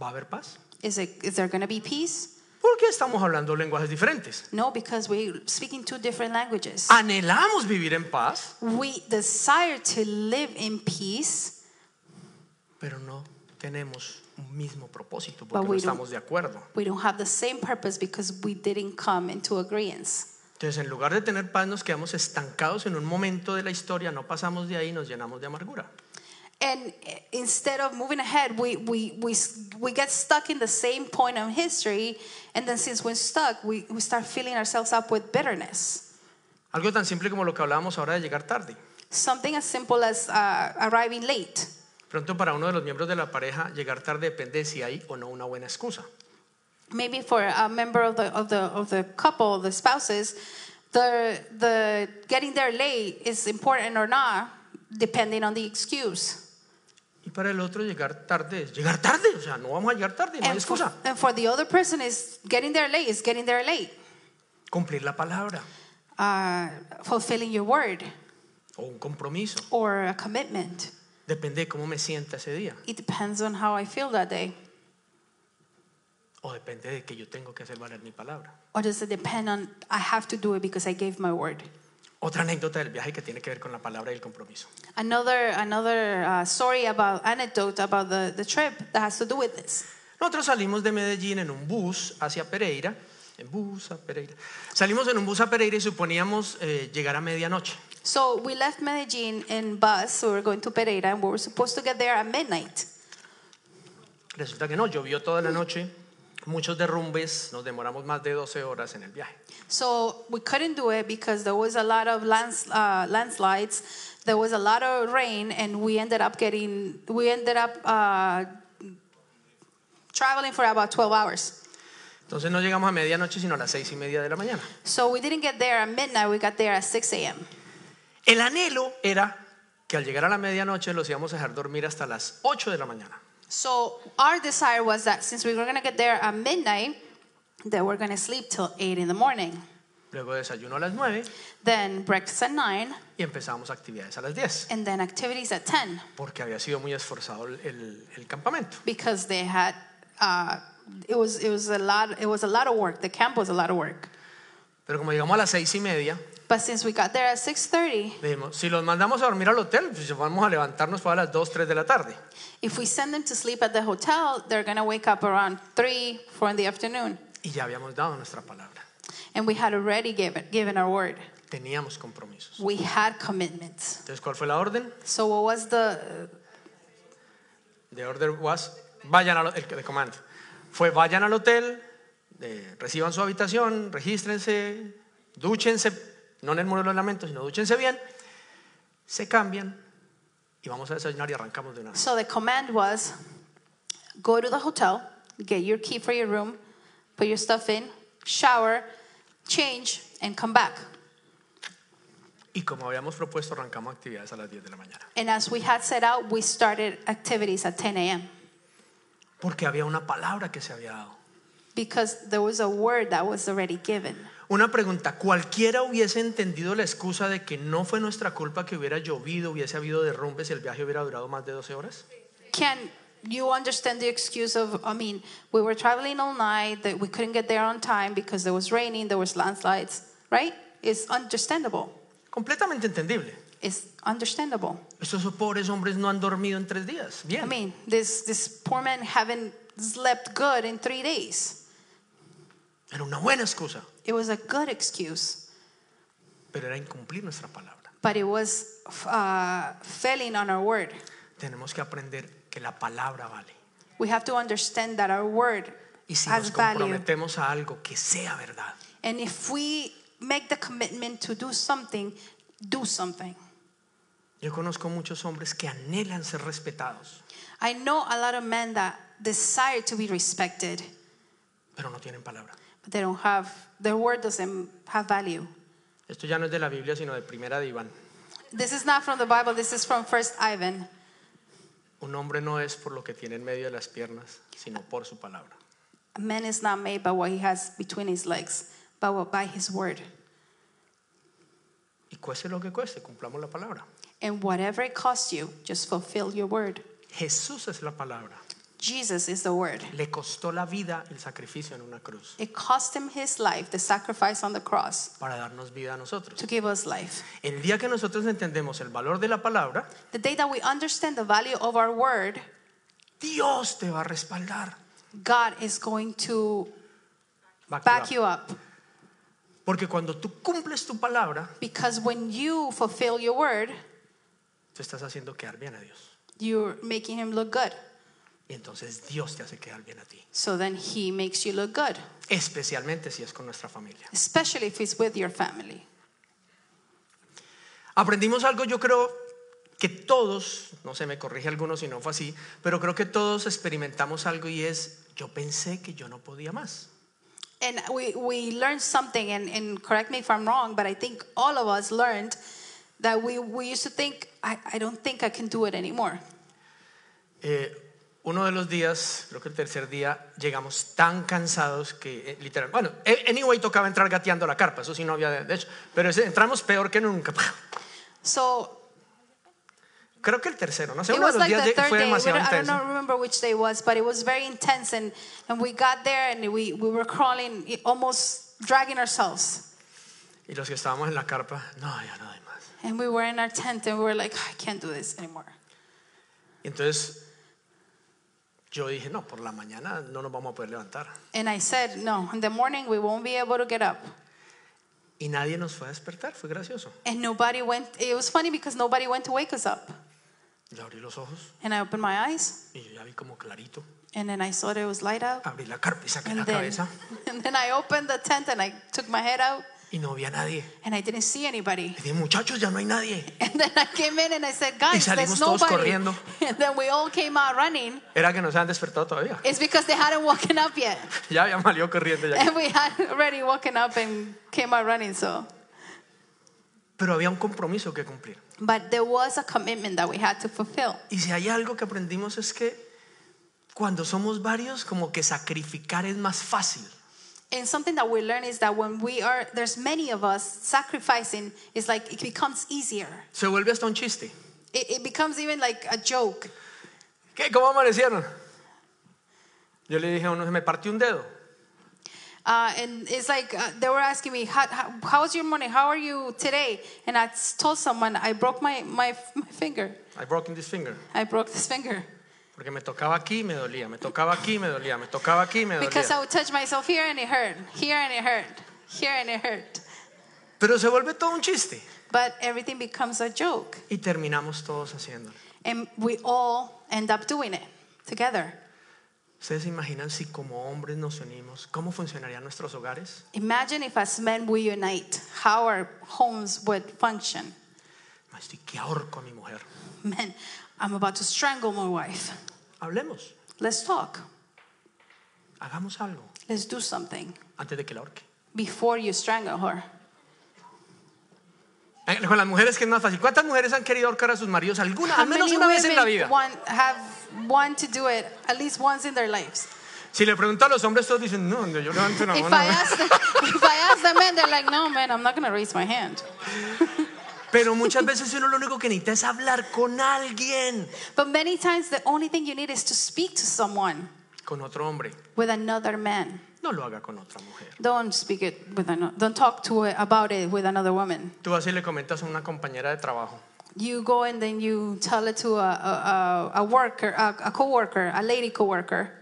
¿Va a haber paz?
is it is there going to be peace
Porque estamos hablando lenguajes diferentes.
no because we're speaking two different languages
Anhelamos vivir en paz,
we desire to live in peace
pero no tenemos un mismo propósito
But
porque no
we
estamos de acuerdo.
we don't have the same purpose because we didn't come into agreement
Entonces, en lugar de tener paz, nos quedamos estancados en un momento de la historia, no pasamos de ahí y nos llenamos de amargura.
And instead of moving ahead, we, we, we, we get stuck in the same point of history. And then since we're stuck, we, we start filling ourselves up with bitterness.
Algo tan simple como lo que hablábamos ahora de llegar tarde.
Something as simple as uh, arriving late.
Pronto para uno de los miembros de la pareja llegar tarde depende de si hay o no una buena excusa.
Maybe for a member of the, of the, of the couple, the spouses, the, the getting there late is important or not, depending on the excuse.
Y para el otro llegar tarde es llegar tarde, o sea, no vamos a llegar tarde, no hay
And for,
excusa.
and for the other person, is getting there late is getting there late,
Cumplir la palabra
uh, fulfilling your word.
o un compromiso,
or a commitment.
depende de cómo me sienta ese día
It depends on how I feel that day.
o depende de que yo tengo que hacer valer mi palabra.
Or does it depend on I have to do it because I gave my word?
Otra anécdota del viaje que tiene que ver con la palabra y el compromiso.
Another another uh, story about anecdote about the, the trip that has to do with this.
Nosotros salimos de Medellín en un bus hacia Pereira, en bus a Pereira. Salimos en un bus a Pereira y suponíamos eh, llegar a medianoche.
So we left Medellin in bus. we were going to Pereira, and we were supposed to get there at midnight.
Resulta que no, llovió toda la noche, muchos derrumbes, nos demoramos más de 12 horas en el viaje.
So we couldn't do it because there was a lot of lands, uh, landslides. There was a lot of rain, and we ended up getting we ended up uh, traveling for about 12 hours.
Entonces no llegamos a medianoche sino a las seis y media de la mañana.
So we didn't get there at midnight. We got there at 6 a.m.
El anhelo era que al llegar a la medianoche los íbamos a dejar dormir hasta las 8 de la mañana.
So our desire was that since we were gonna get there at midnight, that we're gonna sleep till 8 in the morning.
Luego desayuno a las 9
then breakfast at 9,
y empezamos actividades a las 10,
and then activities at 10
porque había sido muy esforzado el- el- el campamento.
because they had uh, it was it was a lot it was a lot of work. The camp was a lot of work.
Pero como llegamos a las seis y media,
But since we got there at 6:30,
dijimos, si los mandamos a dormir al hotel, pues vamos a levantarnos para las 2, 3 de la tarde.
if we send them to sleep at the hotel, they're going to wake up around 3, 4 in the afternoon.
Y ya habíamos dado nuestra palabra.
And we had already given given our word.
Teníamos compromisos.
We had commitments.
Entonces, ¿cuál fue la orden?
So what was the
The order was, vayan al el, el comando. Fue, vayan al hotel, eh, reciban su habitación, regístrense, dúchense, no en el muro de los lamentos, sino dúchense bien, se cambian y vamos a desayunar y arrancamos de una vez.
so the command was go to the hotel, get your key for your room, put your stuff in, shower, change and come back.
Y como habíamos propuesto, arrancamos actividades a las 10 de la mañana.
And as we had set out, we started activities at 10 a.m.
Porque había una palabra que se había dado.
because there was a word that was already given.
Una pregunta, cualquiera hubiese entendido la excusa de que no fue nuestra culpa que hubiera llovido, hubiese habido derrumbes y el viaje hubiera durado más de 12 horas.
Can you understand the excuse of, I mean, we were traveling all night, that we couldn't get there on time because there was raining, there was landslides, right? It's understandable.
Completamente entendible.
It's understandable.
Estos pobres hombres no han dormido en tres días.
I
Bien.
mean, this, this poor man haven't slept good in three days.
Era una buena excusa,
It was a good excuse,
pero era incumplir nuestra palabra.
but it was uh, failing on our word.
Tenemos que aprender que la palabra vale.
We have to understand that our word
Y si
has
nos
value.
comprometemos a algo que sea verdad,
And if we make the commitment to do something, do something.
yo conozco muchos hombres que anhelan ser respetados,
I know a lot of men that desire to be respected,
pero no tienen palabra.
but they don't have, their word doesn't have value.
Esto ya no es de la Biblia, sino de primera de Iván.
This is not from the Bible, this is from First Ivan.
Un hombre no es por lo que tiene en medio de las piernas, sino por su palabra.
A man is not made by what he has between his legs, but what- by his word.
Y cueste lo que cueste, cumplamos la palabra.
And whatever it costs you, just fulfill your word.
Jesús es la palabra.
Jesus is the word.
Le costó la vida el sacrificio en una cruz
It cost him his life, the sacrifice on the cross,
para darnos vida a nosotros.
to give us life.
El día que nosotros entendemos el valor de la palabra,
The day that we understand the value of our word,
Dios te va a respaldar.
God is going to
Back you
back
up.
you up.
Porque cuando tú cumples tu palabra,
Because when you fulfill your word,
tú estás haciendo quedar bien a Dios.
you're making him look good.
Y entonces Dios te hace quedar bien a ti.
So then he makes you look good,
Especialmente si es con nuestra familia.
especially if it's with your family.
Aprendimos algo, yo creo que todos, no sé, me corrige alguno si no fue así, pero creo que todos experimentamos algo y es, yo pensé que yo no podía más.
And we, we learned something, and, and correct me if I'm wrong, but I think all of us learned that we, we used to think, I, I don't think I can do it anymore.
Eh, uno de los días, creo que el tercer día, llegamos tan cansados que eh, literal, bueno, eh, anyway tocaba entrar gateando la carpa, eso sí no había de, de hecho, pero ese- entramos peor que nunca.
So
Creo que el tercero, no sé,
it
uno de
was
los
like
días
the
lleg-
third
fue
day. We
demasiado
don't, I don't
intenso.
know, remember which day it was, but it was very intense. And, and we got there and we, we were crawling, almost dragging ourselves.
Y los que estábamos en la carpa, no, ya no hay más.
And we were in our tent and we were like, I can't do this anymore.
Y entonces yo dije, no, por la mañana no nos vamos a poder levantar.
And I said, No, in the morning we won't be able to get up.
Y nadie nos fue a despertar, fue gracioso.
And nobody went, it was funny because nobody went to wake us up.
Yo abrí los ojos
And I opened my eyes
y yo ya vi como clarito.
and then I saw that it was light out.
Abrí la carpa y saqué Ah,
And
la
then,
cabeza
and then I opened the tent and I took my head out
y no vi a nadie.
and I didn't see anybody.
Le dije, muchachos, ya no hay nadie.
And then I came in and I said, Guys,
salimos
there's
todos
nobody.
corriendo.
And then we all came out running.
Era que no se han despertado todavía.
It's because they hadn't woken up yet.
Ya habían salido corriendo. Ya.
And we had already woken up and came out running. So,
Pero había un compromiso que cumplir.
but there was a commitment that we had to fulfill.
Y si hay algo que aprendimos es que cuando somos varios, como que sacrificar es más fácil.
And something that we learn is that when we are, there's many of us sacrificing, it's like it becomes easier.
Se vuelve hasta un chiste.
It, it becomes even like a joke.
¿Qué? ¿Cómo amanecieron? Yo le dije a uno, se me partió un dedo.
Uh, and it's like uh, they were asking me, how, how, how was your morning? How are you today? And I s- told someone, I broke my, my, my finger.
I broke this finger.
I broke this finger.
Porque me tocaba aquí y me dolía, me tocaba aquí y me dolía, me tocaba aquí y me
Because
dolía.
I would touch myself here and it hurt, here and it hurt, here and it hurt.
Pero se vuelve todo un chiste.
But everything becomes a joke.
Y terminamos todos haciéndolo.
And we all end up doing it together.
¿Ustedes se imaginan si como hombres nos unimos, cómo funcionarían nuestros hogares?
Imagine if as men we unite, how our homes would function.
Ma, Estoy que ahorco a mi mujer.
Men, I'm about to strangle my wife.
Hablemos,
Let's talk.
hagamos algo
Let's do something
antes de que la ahorque.
before you strangle her.
Eh, Con las mujeres que es más fácil. ¿Cuántas mujeres han querido ahorcar a sus maridos alguna,
How
al menos
many
una vez en la
women
vida?
want, have want to do it at least once in their lives?
Si le pregunto a los hombres, todos dicen, no, yo levanto una
If
mano.
I ask the, if I ask the men, they're like, no, man, I'm not gonna raise my hand.
Pero muchas veces uno lo único que necesita es hablar con alguien,
But many times the only thing you need is to speak to someone
con otro hombre.
with another man.
No lo haga con otra mujer.
Don't speak it with another. Don't talk to it about it with another woman.
Tú vas y le comentas a una compañera de trabajo.
You go and then you tell it to a a, a, a worker, a, a coworker, a lady coworker.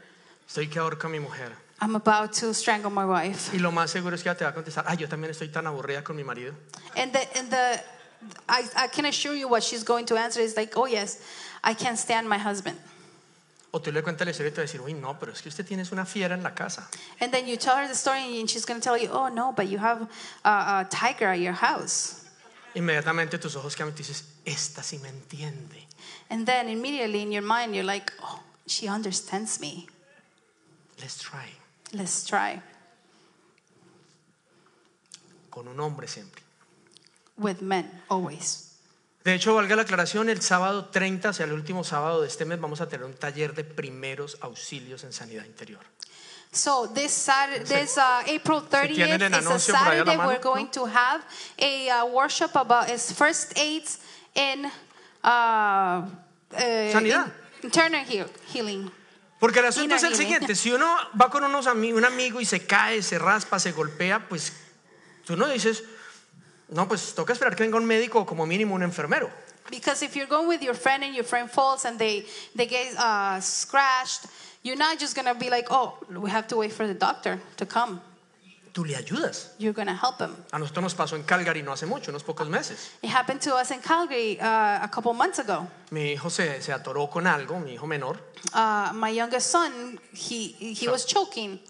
Estoy que ahorca a mi mujer.
I'm about to strangle my wife,
Y lo más seguro es que ella te va a contestar, ay, yo también estoy tan aburrida con mi marido.
and the and the. I, I can assure you what she's going to answer is like, oh yes, I can't stand my husband.
O tú le cuentas la historia y te va a decir, uy, no, pero es que usted tienes una fiera en la casa.
And then you tell her the story and she's going to tell you, oh no, but you have a, a tiger at your house.
Inmediatamente tus ojos cambian y tú dices, esta sí me entiende.
And then immediately in your mind, you're like, oh, she understands me.
Let's try.
Let's try
Con un hombre siempre.
with men always.
De hecho, valga la aclaración, el sábado 30, o sea, el último sábado de este mes, vamos a tener un taller de primeros auxilios en sanidad interior.
So this Saturday, this uh, April
tienen
30th
el
is a
anuncio por ahí a la
Saturday.
mano,
We're going to have a uh, worship about is first aids in uh, uh,
Sanidad.
in- Internal heal, healing.
Porque el asunto
Mira,
es el
mire.
siguiente, si uno va con unos ami- un amigo y se cae, se raspa, se golpea, pues tú no dices, no, pues toca esperar que venga un médico o como mínimo un enfermero.
Because if you're going with your friend and your friend falls and they they get uh, scratched, you're not just gonna be like, oh, we have to wait for the doctor to come.
Tú le ayudas.
You're gonna help him.
A nosotros nos pasó en Calgary no hace mucho, unos pocos meses.
It happened to us in Calgary uh, a couple months ago.
Mi hijo se, se atoró con algo, mi hijo menor,
Uh, my youngest son, he he was choking.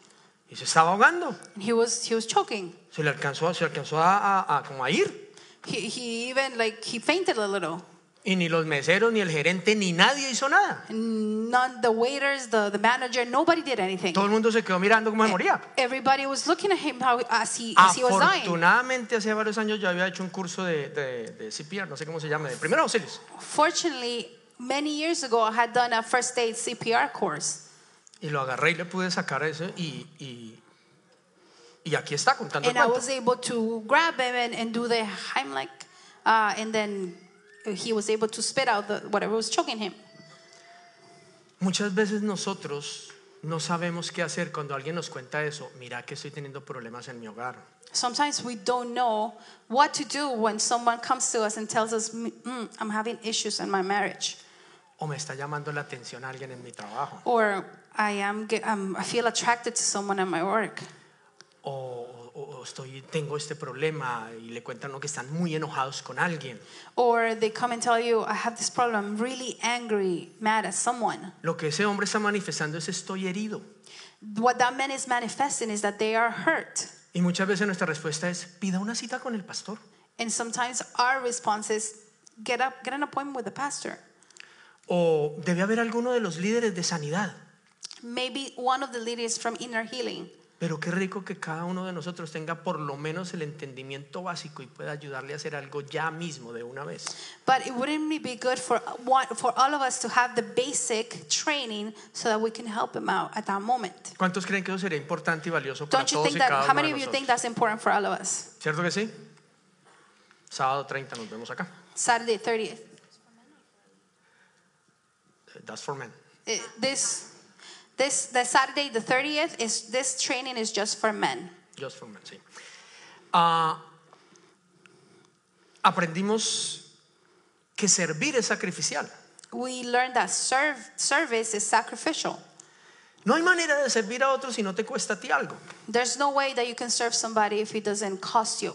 y se estaba ahogando.
And he was he was choking.
Se le alcanzó, se le alcanzó a, a- a- como a ir.
He, he even like he fainted a little.
Y ni los meseros, ni el gerente, ni nadie hizo nada.
And none the waiters, the, the manager, nobody did anything.
Todo el mundo se quedó mirando cómo se
Eh,
moría.
Everybody was looking at him how as he as he was dying.
Afortunadamente, hace varios años yo había hecho un curso de, de, de CPR, no sé cómo se llama, de primeros auxilios.
Fortunately, many years ago I had done a first aid CPR course.
Y lo agarré y le pude sacar eso y, y, y aquí está contando el
And I
cuento.
was able to grab him and, and do the Heimlich uh, and then he was able to spit out the, whatever was choking him.
Muchas veces nosotros no sabemos qué hacer cuando alguien nos cuenta eso. Mira que estoy teniendo problemas en mi hogar.
Sometimes we don't know what to do when someone comes to us and tells us, mm, I'm having issues in my marriage,
O me está llamando la atención alguien en mi trabajo.
or I, am, ge- um, I feel attracted to someone at my work,
O, o- o estoy, tengo este problema y le cuentan ¿no? que están muy enojados con alguien.
or they come and tell you, I have this problem, I'm really angry, mad at someone.
Lo que ese hombre está manifestando es estoy herido.
What that man is manifesting is that they are hurt.
Y muchas veces nuestra respuesta es pida una cita con el pastor.
And sometimes our response is, get up, get an appointment with the pastor.
O debe haber alguno de los líderes de sanidad.
Maybe one of the ladies from inner healing.
Pero qué rico que cada uno de nosotros tenga por lo menos el entendimiento básico y pueda ayudarle a hacer algo ya mismo de una vez.
But it wouldn't it be good for one, for all of us to have the basic training so that we can help him out at that moment?
¿Cuántos creen que eso sería importante y valioso para
Don't you
todos
think
y
that?
cada
How
uno
many
de
of you
nosotros?
think that's important for all of us?
¿Cierto que sí? Sábado 30 nos vemos acá.
Saturday 30th.
That's for men.
Eh, This this the Saturday the 30th is this training is just for men.
Just for men, sí. Ah, aprendimos que servir es sacrificial.
We learned that serve service is sacrificial.
No hay manera de servir a otros si no te cuesta a ti algo.
There's no way that you can serve somebody if it doesn't cost you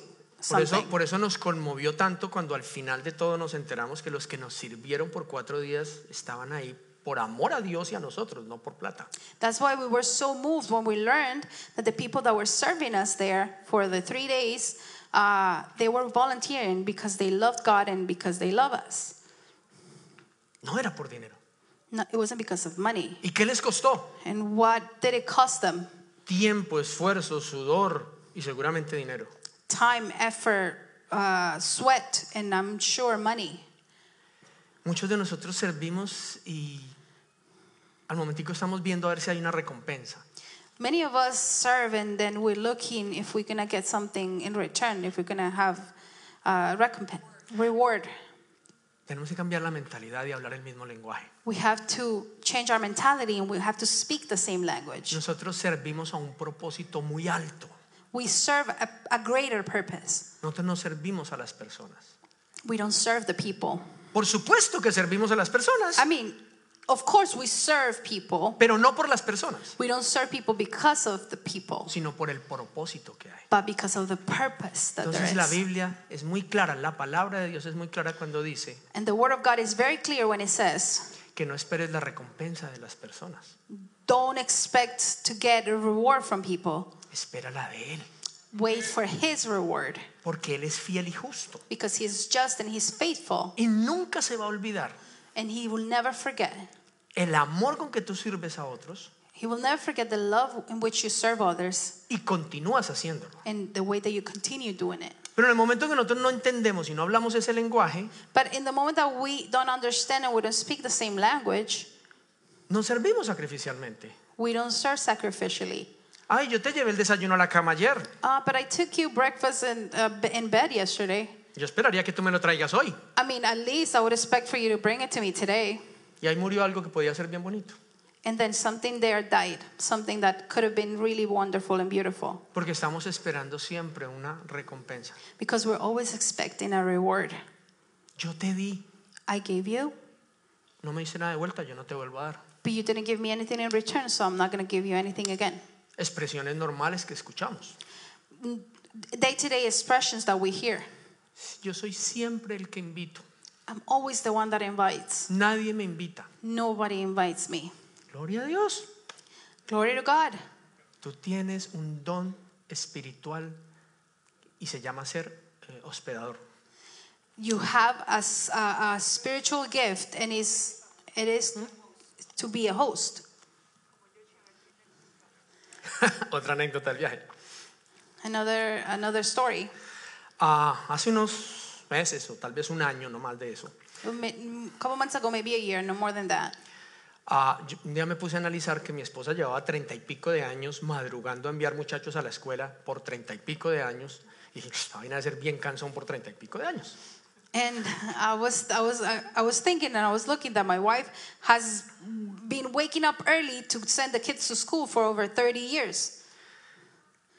Por eso,
something.
por eso nos conmovió tanto cuando al final de todo nos enteramos que los que nos sirvieron por cuatro días estaban ahí por amor a Dios y a nosotros, no por plata.
That's why we were so moved when we learned that the people that were serving us there for the three days, uh, they were volunteering because they loved God and because they love us.
No era por dinero.
No, it wasn't because of money.
¿Y qué les costó?
And what did it cost them?
Tiempo, esfuerzo, sudor y seguramente dinero.
Time, effort, uh, sweat, and I'm sure money.
Muchos de nosotros servimos y al momentico estamos viendo a ver si hay una recompensa.
Many of us serve and then we're looking if we're going to get something in return, if we're going to have uh, recompense, reward.
Tenemos que cambiar la mentalidad y hablar el mismo lenguaje.
We have to change our mentality and we have to speak the same language.
Nosotros servimos a un propósito muy alto.
We serve a, a greater purpose.
Nosotros no servimos a las personas.
We don't serve the people.
Por supuesto que servimos a las personas.
I mean, of course, we serve people.
pero no por las personas,
We don't serve people because of the people,
sino por el propósito que hay.
but because of the purpose that
Entonces
there
la
is.
Biblia es muy clara, la palabra de Dios es muy clara cuando dice
and the Word of God is very clear when it says,
que no esperes la recompensa de las personas,
don't expect to get a reward from people.
espérala de Él,
Wait for His reward
porque Él es fiel y justo
because He is just and He's faithful
y nunca se va a olvidar
and He will never forget.
el amor con que tú sirves a otros
He will never forget the love in which you serve others
y continúas haciéndolo.
and the way that you continue doing it.
Pero en el momento que nosotros no entendemos y no hablamos ese lenguaje,
But in the moment that we don't understand and we don't speak the same language,
no servimos sacrificialmente.
we don't serve sacrificially.
Ay, yo te llevé el desayuno a la cama ayer.
Uh, but I took you breakfast in, uh, b- in bed yesterday.
Yo esperaría que tú me lo traigas hoy.
I mean, at least I would expect for you to bring it to me today.
Y ahí murió algo que podía ser bien bonito.
And then something there died, something that could have been really wonderful and beautiful.
Porque estamos esperando siempre una recompensa.
Because we're always expecting a reward.
Yo te di,
I gave you,
no me hice nada de vuelta, yo no te vuelvo a dar.
but you didn't give me anything in return, so I'm not going to give you anything again.
Expresiones normales que escuchamos.
Day to day expressions that we hear.
Yo soy siempre el que invito.
I'm always the one that invites,
Nadie me invita.
nobody invites me.
Gloria a Dios.
Glory to God.
Tú tienes un don espiritual y se llama ser eh, hospedador.
You have a, s- a- a spiritual gift, and is it is to be a host.
Otra anécdota del viaje.
Another another story.
Ah, hace unos meses o tal vez un año, no más de eso,
A couple months ago, maybe a year, no more than that.
Ah, yo- un día me puse a analizar que mi esposa llevaba treinta y pico de años madrugando a enviar muchachos a la escuela por treinta y pico de años. Y dije, esta vaina a ser bien cansón por treinta y pico de años.
And I was I was I, I was thinking, and I was looking that my wife has been waking up early to send the kids to school for over 30 years.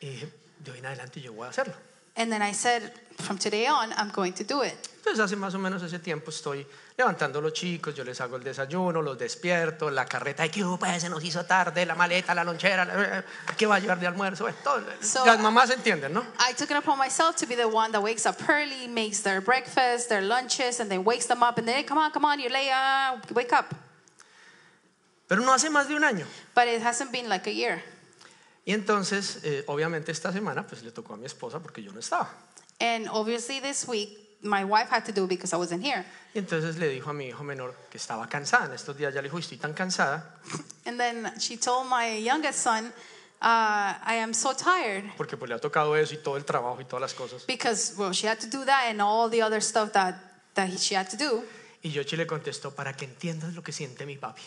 Y dije, de hoy en adelante yo voy a hacerlo.
And then I said, from today on, I'm going to do it.
Entonces hace más o menos ese tiempo estoy levantando a los chicos, yo les hago el desayuno, los despierto, la carreta de que "Oh, pues, se nos hizo tarde, la maleta, la lonchera, la- eh, ¿qué va a llevar de almuerzo? Bueno, todo, eh,
So-
las mamás entienden, ¿no?
I took it upon myself to be the one that wakes up early, makes their breakfast, their lunches, and then wakes them up. And then, come on, come on, you're late, uh, wake up.
Pero no hace más de un año.
But it hasn't been like a year.
Y entonces, eh, obviamente esta semana, pues le tocó a mi esposa porque yo no estaba.
And obviously, this week, my wife had to do it because I wasn't here.
Y entonces le dijo a mi hijo menor que estaba cansada. En estos días ya le dijo, estoy tan cansada
And then she told my youngest son uh, I am so tired
porque pues le ha tocado eso y todo el trabajo y todas las cosas.
because, well, she had to do that and all the other stuff that, that she had to do.
Y Yoshi le contestó, para que entiendas lo que siente mi papi.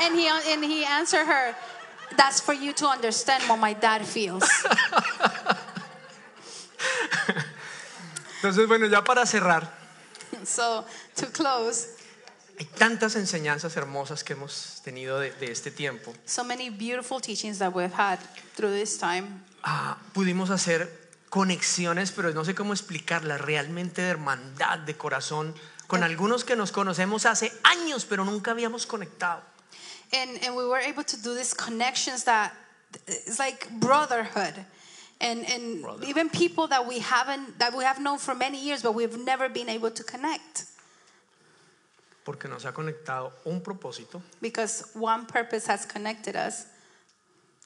And he, and he answered her, That's for you to understand what my dad feels.
Entonces, bueno, ya para cerrar,
so, to close,
hay tantas enseñanzas hermosas que hemos tenido de, de este tiempo.
so many beautiful teachings that we've had through this time.
Ah, pudimos hacer conexiones, pero no sé cómo explicarlas, realmente de hermandad, de corazón, con algunos que nos conocemos hace años, pero nunca habíamos conectado.
And, and we were able to do these connections that it's like brotherhood. And, and
Brotherhood.
even people that we haven't that we have known for many years, but we've never been able to connect
porque nos ha conectado un propósito
because one purpose has connected us,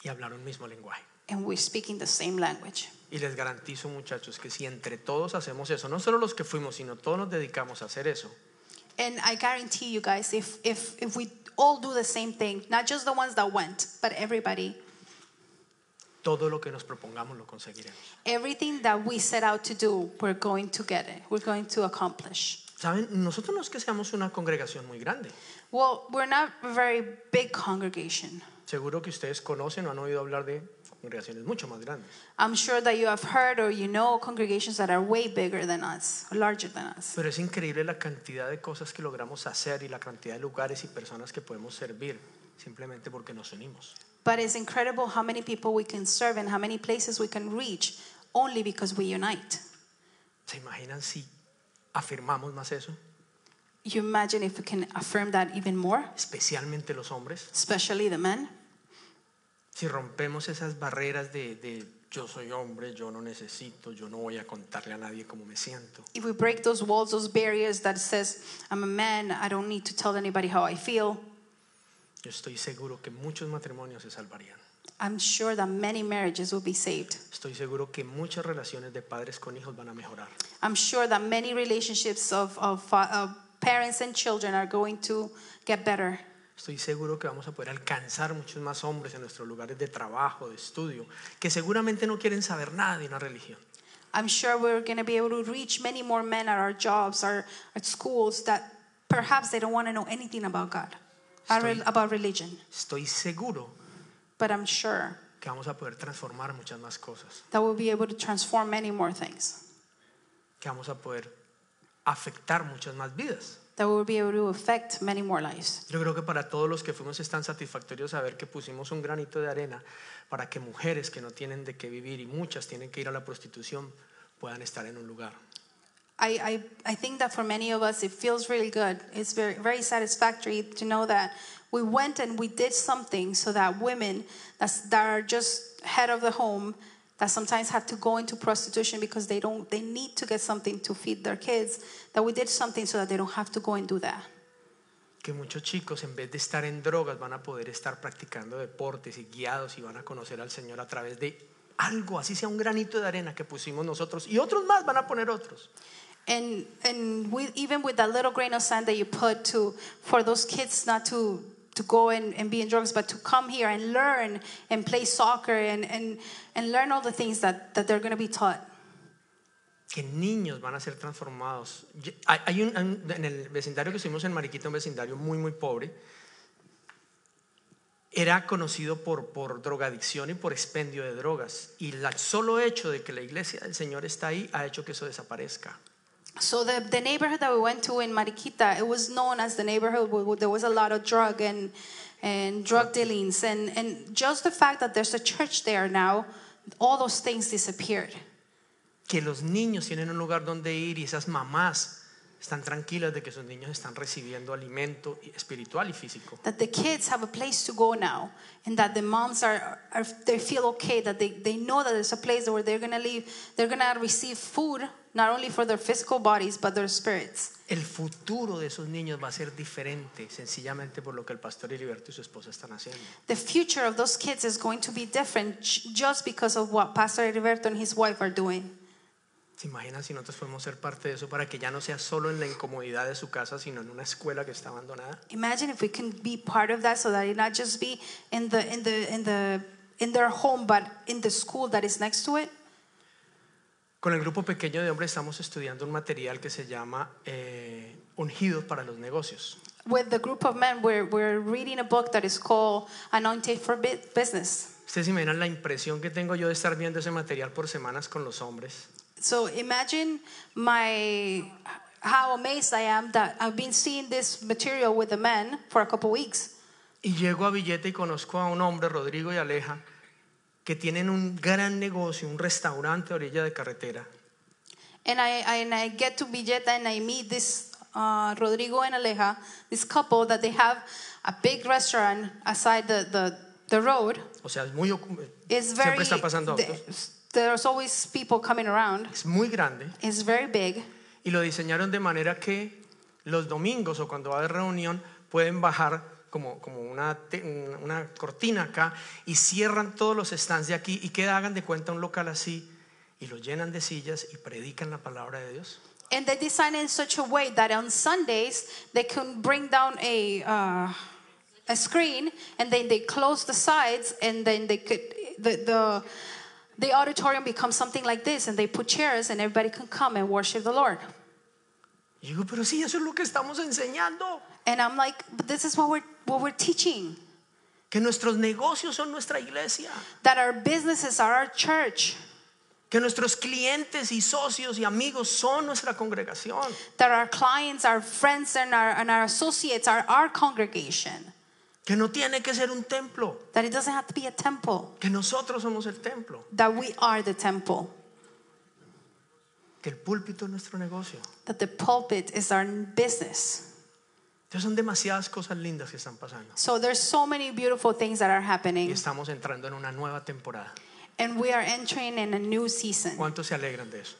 y hablar un mismo lenguaje.
and we're speaking the same language.
Y les garantizo, muchachos, que si entre todos hacemos eso, no solo los que fuimos, sino todos nos dedicamos a hacer eso,
And I guarantee you guys, if if if we all do the same thing, not just the ones that went, but everybody,
todo lo que nos propongamos lo conseguiremos.
everything that we set out to do, we're going to get it. We're going to accomplish.
Saben, nosotros no es que seamos una congregación muy grande.
Well, we're not a very big congregation.
Seguro que ustedes conocen o han oído hablar de congregaciones mucho más grandes.
I'm sure that you have heard or you know congregations that are way bigger than us, larger than us.
Pero es increíble la cantidad de cosas que logramos hacer y la cantidad de lugares y personas que podemos servir simplemente porque nos unimos.
But it's incredible how many people we can serve and how many places we can reach only because we unite.
¿Se imaginan si afirmamos más eso?
You imagine if we can affirm that even more,
Especialmente los hombres.
especially the men.
Si rompemos esas barreras de, de yo soy hombre, yo no necesito, yo no voy a contarle a nadie cómo me siento,
If we break those walls, those barriers that says I'm a man, I don't need to tell anybody how I feel.
yo estoy seguro que muchos matrimonios se salvarían.
I'm sure that many marriages will be saved.
Estoy seguro que muchas relaciones de padres con hijos van a mejorar.
I'm sure that many relationships of, of, fa- of parents and children are going to get better.
Estoy seguro que vamos a poder alcanzar muchos más hombres en nuestros lugares de trabajo, de estudio, que seguramente no quieren saber nada de una religión.
I'm sure we're going to be able to reach many more men at our jobs, our at schools that perhaps they don't want to know anything about God, our-
Estoy-
about religion.
Estoy seguro
But I'm sure
que vamos a poder transformar muchas más cosas,
that we'll be able to transform many more things.
que vamos a poder afectar muchas más vidas.
That we'll be able to affect many more lives.
Yo creo que para todos los que fuimos es tan satisfactorio saber que pusimos un granito de arena para que mujeres que no tienen de qué vivir y muchas tienen que ir a la prostitución puedan estar en un lugar.
I, I, I think that for many of us, it feels really good. It's very, very satisfactory to know that we went and we did something so that women that's, that are just head of the home that sometimes have to go into prostitution because they don't they need to get something to feed their kids that we did something so that they don't have to go and do that
Que muchos chicos en vez de estar en drogas van a poder estar practicando deportes y guiados y van a conocer al Señor a través de algo, así sea un granito de arena que pusimos nosotros y otros más van a poner otros.
and and with, even with that little grain of sand that you put to for those kids not to to go and, and be in drugs but to come here and learn and play soccer and and, and learn all the things that, that they're going to be taught
Que niños van a ser transformados. Ye- Hay hay un, hay un- en el vecindario que estuvimos en Mariquita, un vecindario muy, muy pobre, era conocido por, por drogadicción y por expendio de drogas. Y el solo hecho de que la iglesia del Señor está ahí ha hecho que eso desaparezca.
so the, the neighborhood that we went to in mariquita it was known as the neighborhood where there was a lot of drug and and drug dealings and and just the fact that there's a church there now all those things disappeared
Que los niños tienen un lugar donde ir y esas mamás están tranquilas de que sus niños están recibiendo alimento y- espiritual y físico.
that the kids have a place to go now and that the moms are, are they feel okay that they, they know that there's a place where they're gonna live they're gonna receive food not only for their physical bodies but their spirits
El futuro de esos niños va a ser diferente sencillamente por lo que el pastor Heriberto y su esposa están haciendo.
the future of those kids is going to be different j- just because of what pastor Heriberto and his wife are doing
¿Se imaginan si nosotros podemos ser parte de eso para que ya no sea solo en la incomodidad de su casa, sino en una escuela que está abandonada?
Imagine if we can be part of that so that it not just be in the in the in the in their home but in the school that is next to it.
Con el grupo pequeño de hombres estamos estudiando un material que se llama eh, Ungidos para los Negocios.
With the group of men we're we're reading a book that is called Anointed for Bu- Business.
Ustedes se imaginan la impresión que tengo yo de estar viendo ese material por semanas con los hombres.
So imagine my how amazed I am that I've been seeing this material with the men for a couple weeks.
Y llego a Billete y conozco a un hombre, Rodrigo y Aleja, que tienen un gran negocio, un restaurante a orilla de carretera.
And I, I- and I get to Villeta and I meet this uh, Rodrigo and Aleja, this couple that they have a big restaurant aside the, the, the road.
O sea, es muy ocu-
It's very
siempre están pasando autos.
th- there's always people coming around.
Es muy grande
It's very big.
y lo diseñaron de manera que los domingos o cuando va a haber reunión pueden bajar como, como una, te- una cortina acá y cierran todos los stands de aquí y que hagan de cuenta un local así y lo llenan de sillas y predican la palabra de Dios.
And they design it in such a way that on Sundays they can bring down a uh, a screen, and then they close the sides, and then they could the the the auditorium becomes something like this, and they put chairs, and everybody can come and worship the Lord.
Y digo, pero sí, eso es lo que estamos enseñando,
And I'm like, but this is what we're what we're teaching
que nuestros negocios son nuestra iglesia,
that our businesses are our church,
que nuestros clientes y socios y amigos son nuestra congregación.
that our clients, our friends, and our and our associates are our congregation.
que no tiene que ser un templo,
That it doesn't have to be a temple.
que nosotros somos el templo,
That we are the temple.
que el púlpito es nuestro negocio.
that the pulpit is our business.
Entonces son demasiadas cosas lindas que están pasando
So there's so many beautiful things that are
y
happening,
estamos entrando en una nueva temporada.
and we are entering in a new season.
¿Cuántos se alegran de eso?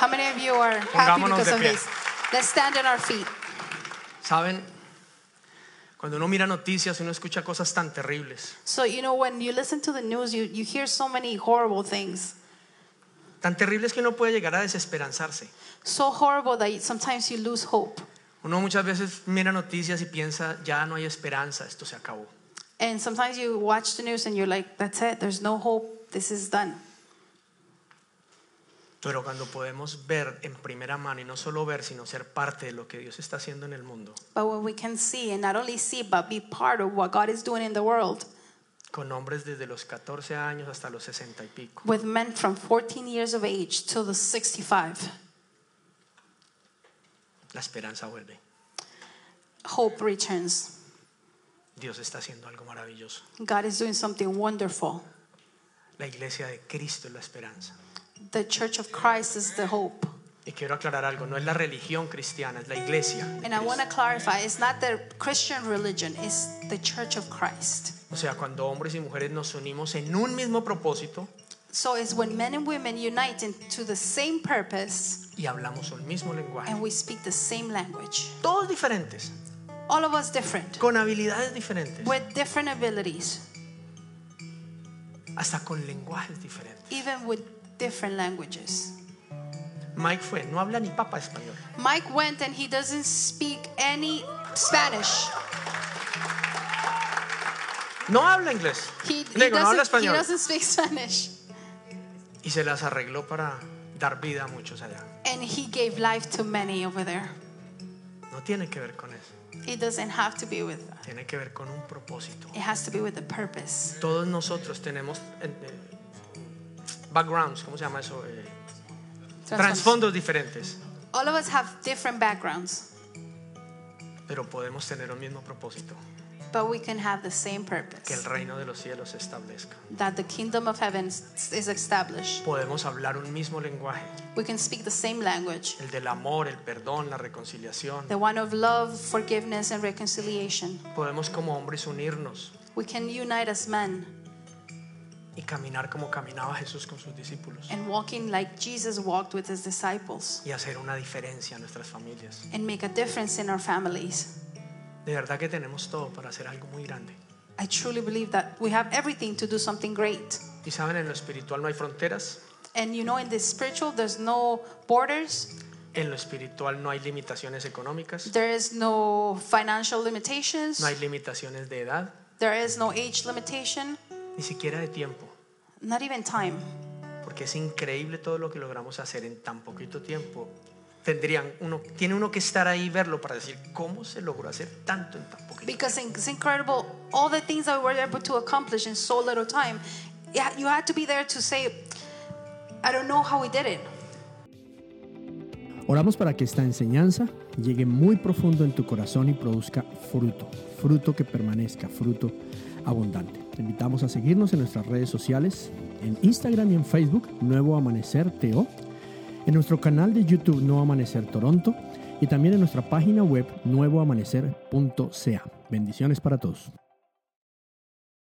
How many of you are happy
Pongámonos
because
de
of
pie.
this? Let's stand on our feet.
Saben, cuando uno mira noticias, uno escucha cosas tan terribles,
So you know when you listen to the news, you, you hear so many horrible things,
tan terribles que uno puede llegar a desesperanzarse.
so horrible that you- sometimes you lose hope.
Uno muchas veces mira noticias y piensa, ya no hay esperanza, esto se acabó.
And sometimes you watch the news and you're like, "That's it. There's no hope. This is done."
Pero cuando podemos ver en primera mano y no solo ver, sino ser parte de lo que Dios está haciendo en el mundo,
But when we can see and not only see but be part of what God is doing in the world
con hombres desde los 14 años hasta los 60 y pico.
with men from 14 years of age till the 65.
La esperanza vuelve.
hope returns.
Dios está haciendo algo maravilloso.
God is doing something wonderful.
La iglesia de Cristo es la esperanza.
The church of Christ is the hope.
Y quiero aclarar algo, no es la religión cristiana, es la iglesia. de
And I
Cristo.
want to clarify it's not the Christian religion, it's the church of Christ.
O sea, cuando hombres y mujeres nos unimos en un mismo propósito
So it's when men and women unite into the same purpose
y hablamos un mismo lenguaje.
and we speak the same language.
Todos diferentes,
All of us different,
con habilidades diferentes,
with different abilities,
hasta con lenguajes diferentes.
even with different languages.
Mike fue, no habla ni papa español.
Mike went and he doesn't speak any Spanish.
No habla inglés.
He, he,
Digo, no habla
doesn't, he
español.
doesn't speak Spanish.
Y se las arregló para dar vida a muchos allá.
And he gave life to many over there.
No tiene que ver con eso.
It doesn't have to be with that.
Tiene que ver con un propósito.
It has to be with the purpose.
todos nosotros tenemos eh, eh, backgrounds, ¿cómo se llama eso? Eh, trasfondos diferentes,
All of us have different backgrounds,
pero podemos tener un mismo propósito,
but we can have the same
que el
purpose.
reino de los cielos se establezca.
That the kingdom of heaven s- is established.
Podemos hablar un mismo lenguaje,
We can speak the same language.
el del amor, el perdón, la reconciliación.
The one of love, forgiveness, and reconciliation.
Podemos como hombres unirnos
We can unite as men
y caminar como caminaba Jesús con sus discípulos
and walking like Jesus walked with his disciples
y hacer una diferencia en nuestras familias.
and make a difference in our families.
De verdad que tenemos todo para hacer algo muy grande.
I truly believe that we have everything to do something great.
Y saben, en lo espiritual no hay fronteras,
And you know, in the spiritual, there's no borders,
En lo espiritual no hay limitaciones económicas,
there is no financial limitations,
no hay limitaciones de edad,
there is no age limitation,
ni siquiera de tiempo,
not even time.
porque es increíble todo lo que logramos hacer en tan poquito tiempo. Tendrían uno, tiene uno que estar ahí y verlo para decir cómo se logró hacer tanto en tan poquito.
Because it's incredible all the things that we were able to accomplish in so little time. Yeah, you had to be there to say, I don't know how we did it.
Oramos para que esta enseñanza llegue muy profundo en tu corazón y produzca fruto, fruto que permanezca, fruto abundante. Te invitamos a seguirnos en nuestras redes sociales, en Instagram y en Facebook, Nuevo Amanecer TO, en nuestro canal de YouTube Nuevo Amanecer Toronto y también en nuestra página web nuevoamanecer.ca. Bendiciones para todos.